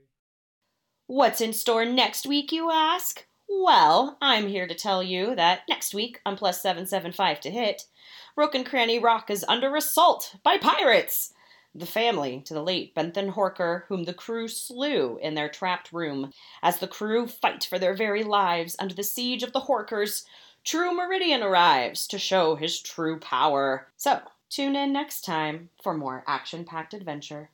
Speaker 2: What's in store next week, you ask? Well, I'm here to tell you that next week on Plus 775 to Hit, Rook and Cranny Rock is under assault by pirates! The family to the late Benton Horker, whom the crew slew in their trapped room. As the crew fight for their very lives under the siege of the Horkers, True Meridian arrives to show his true power. So, tune in next time for more action packed adventure.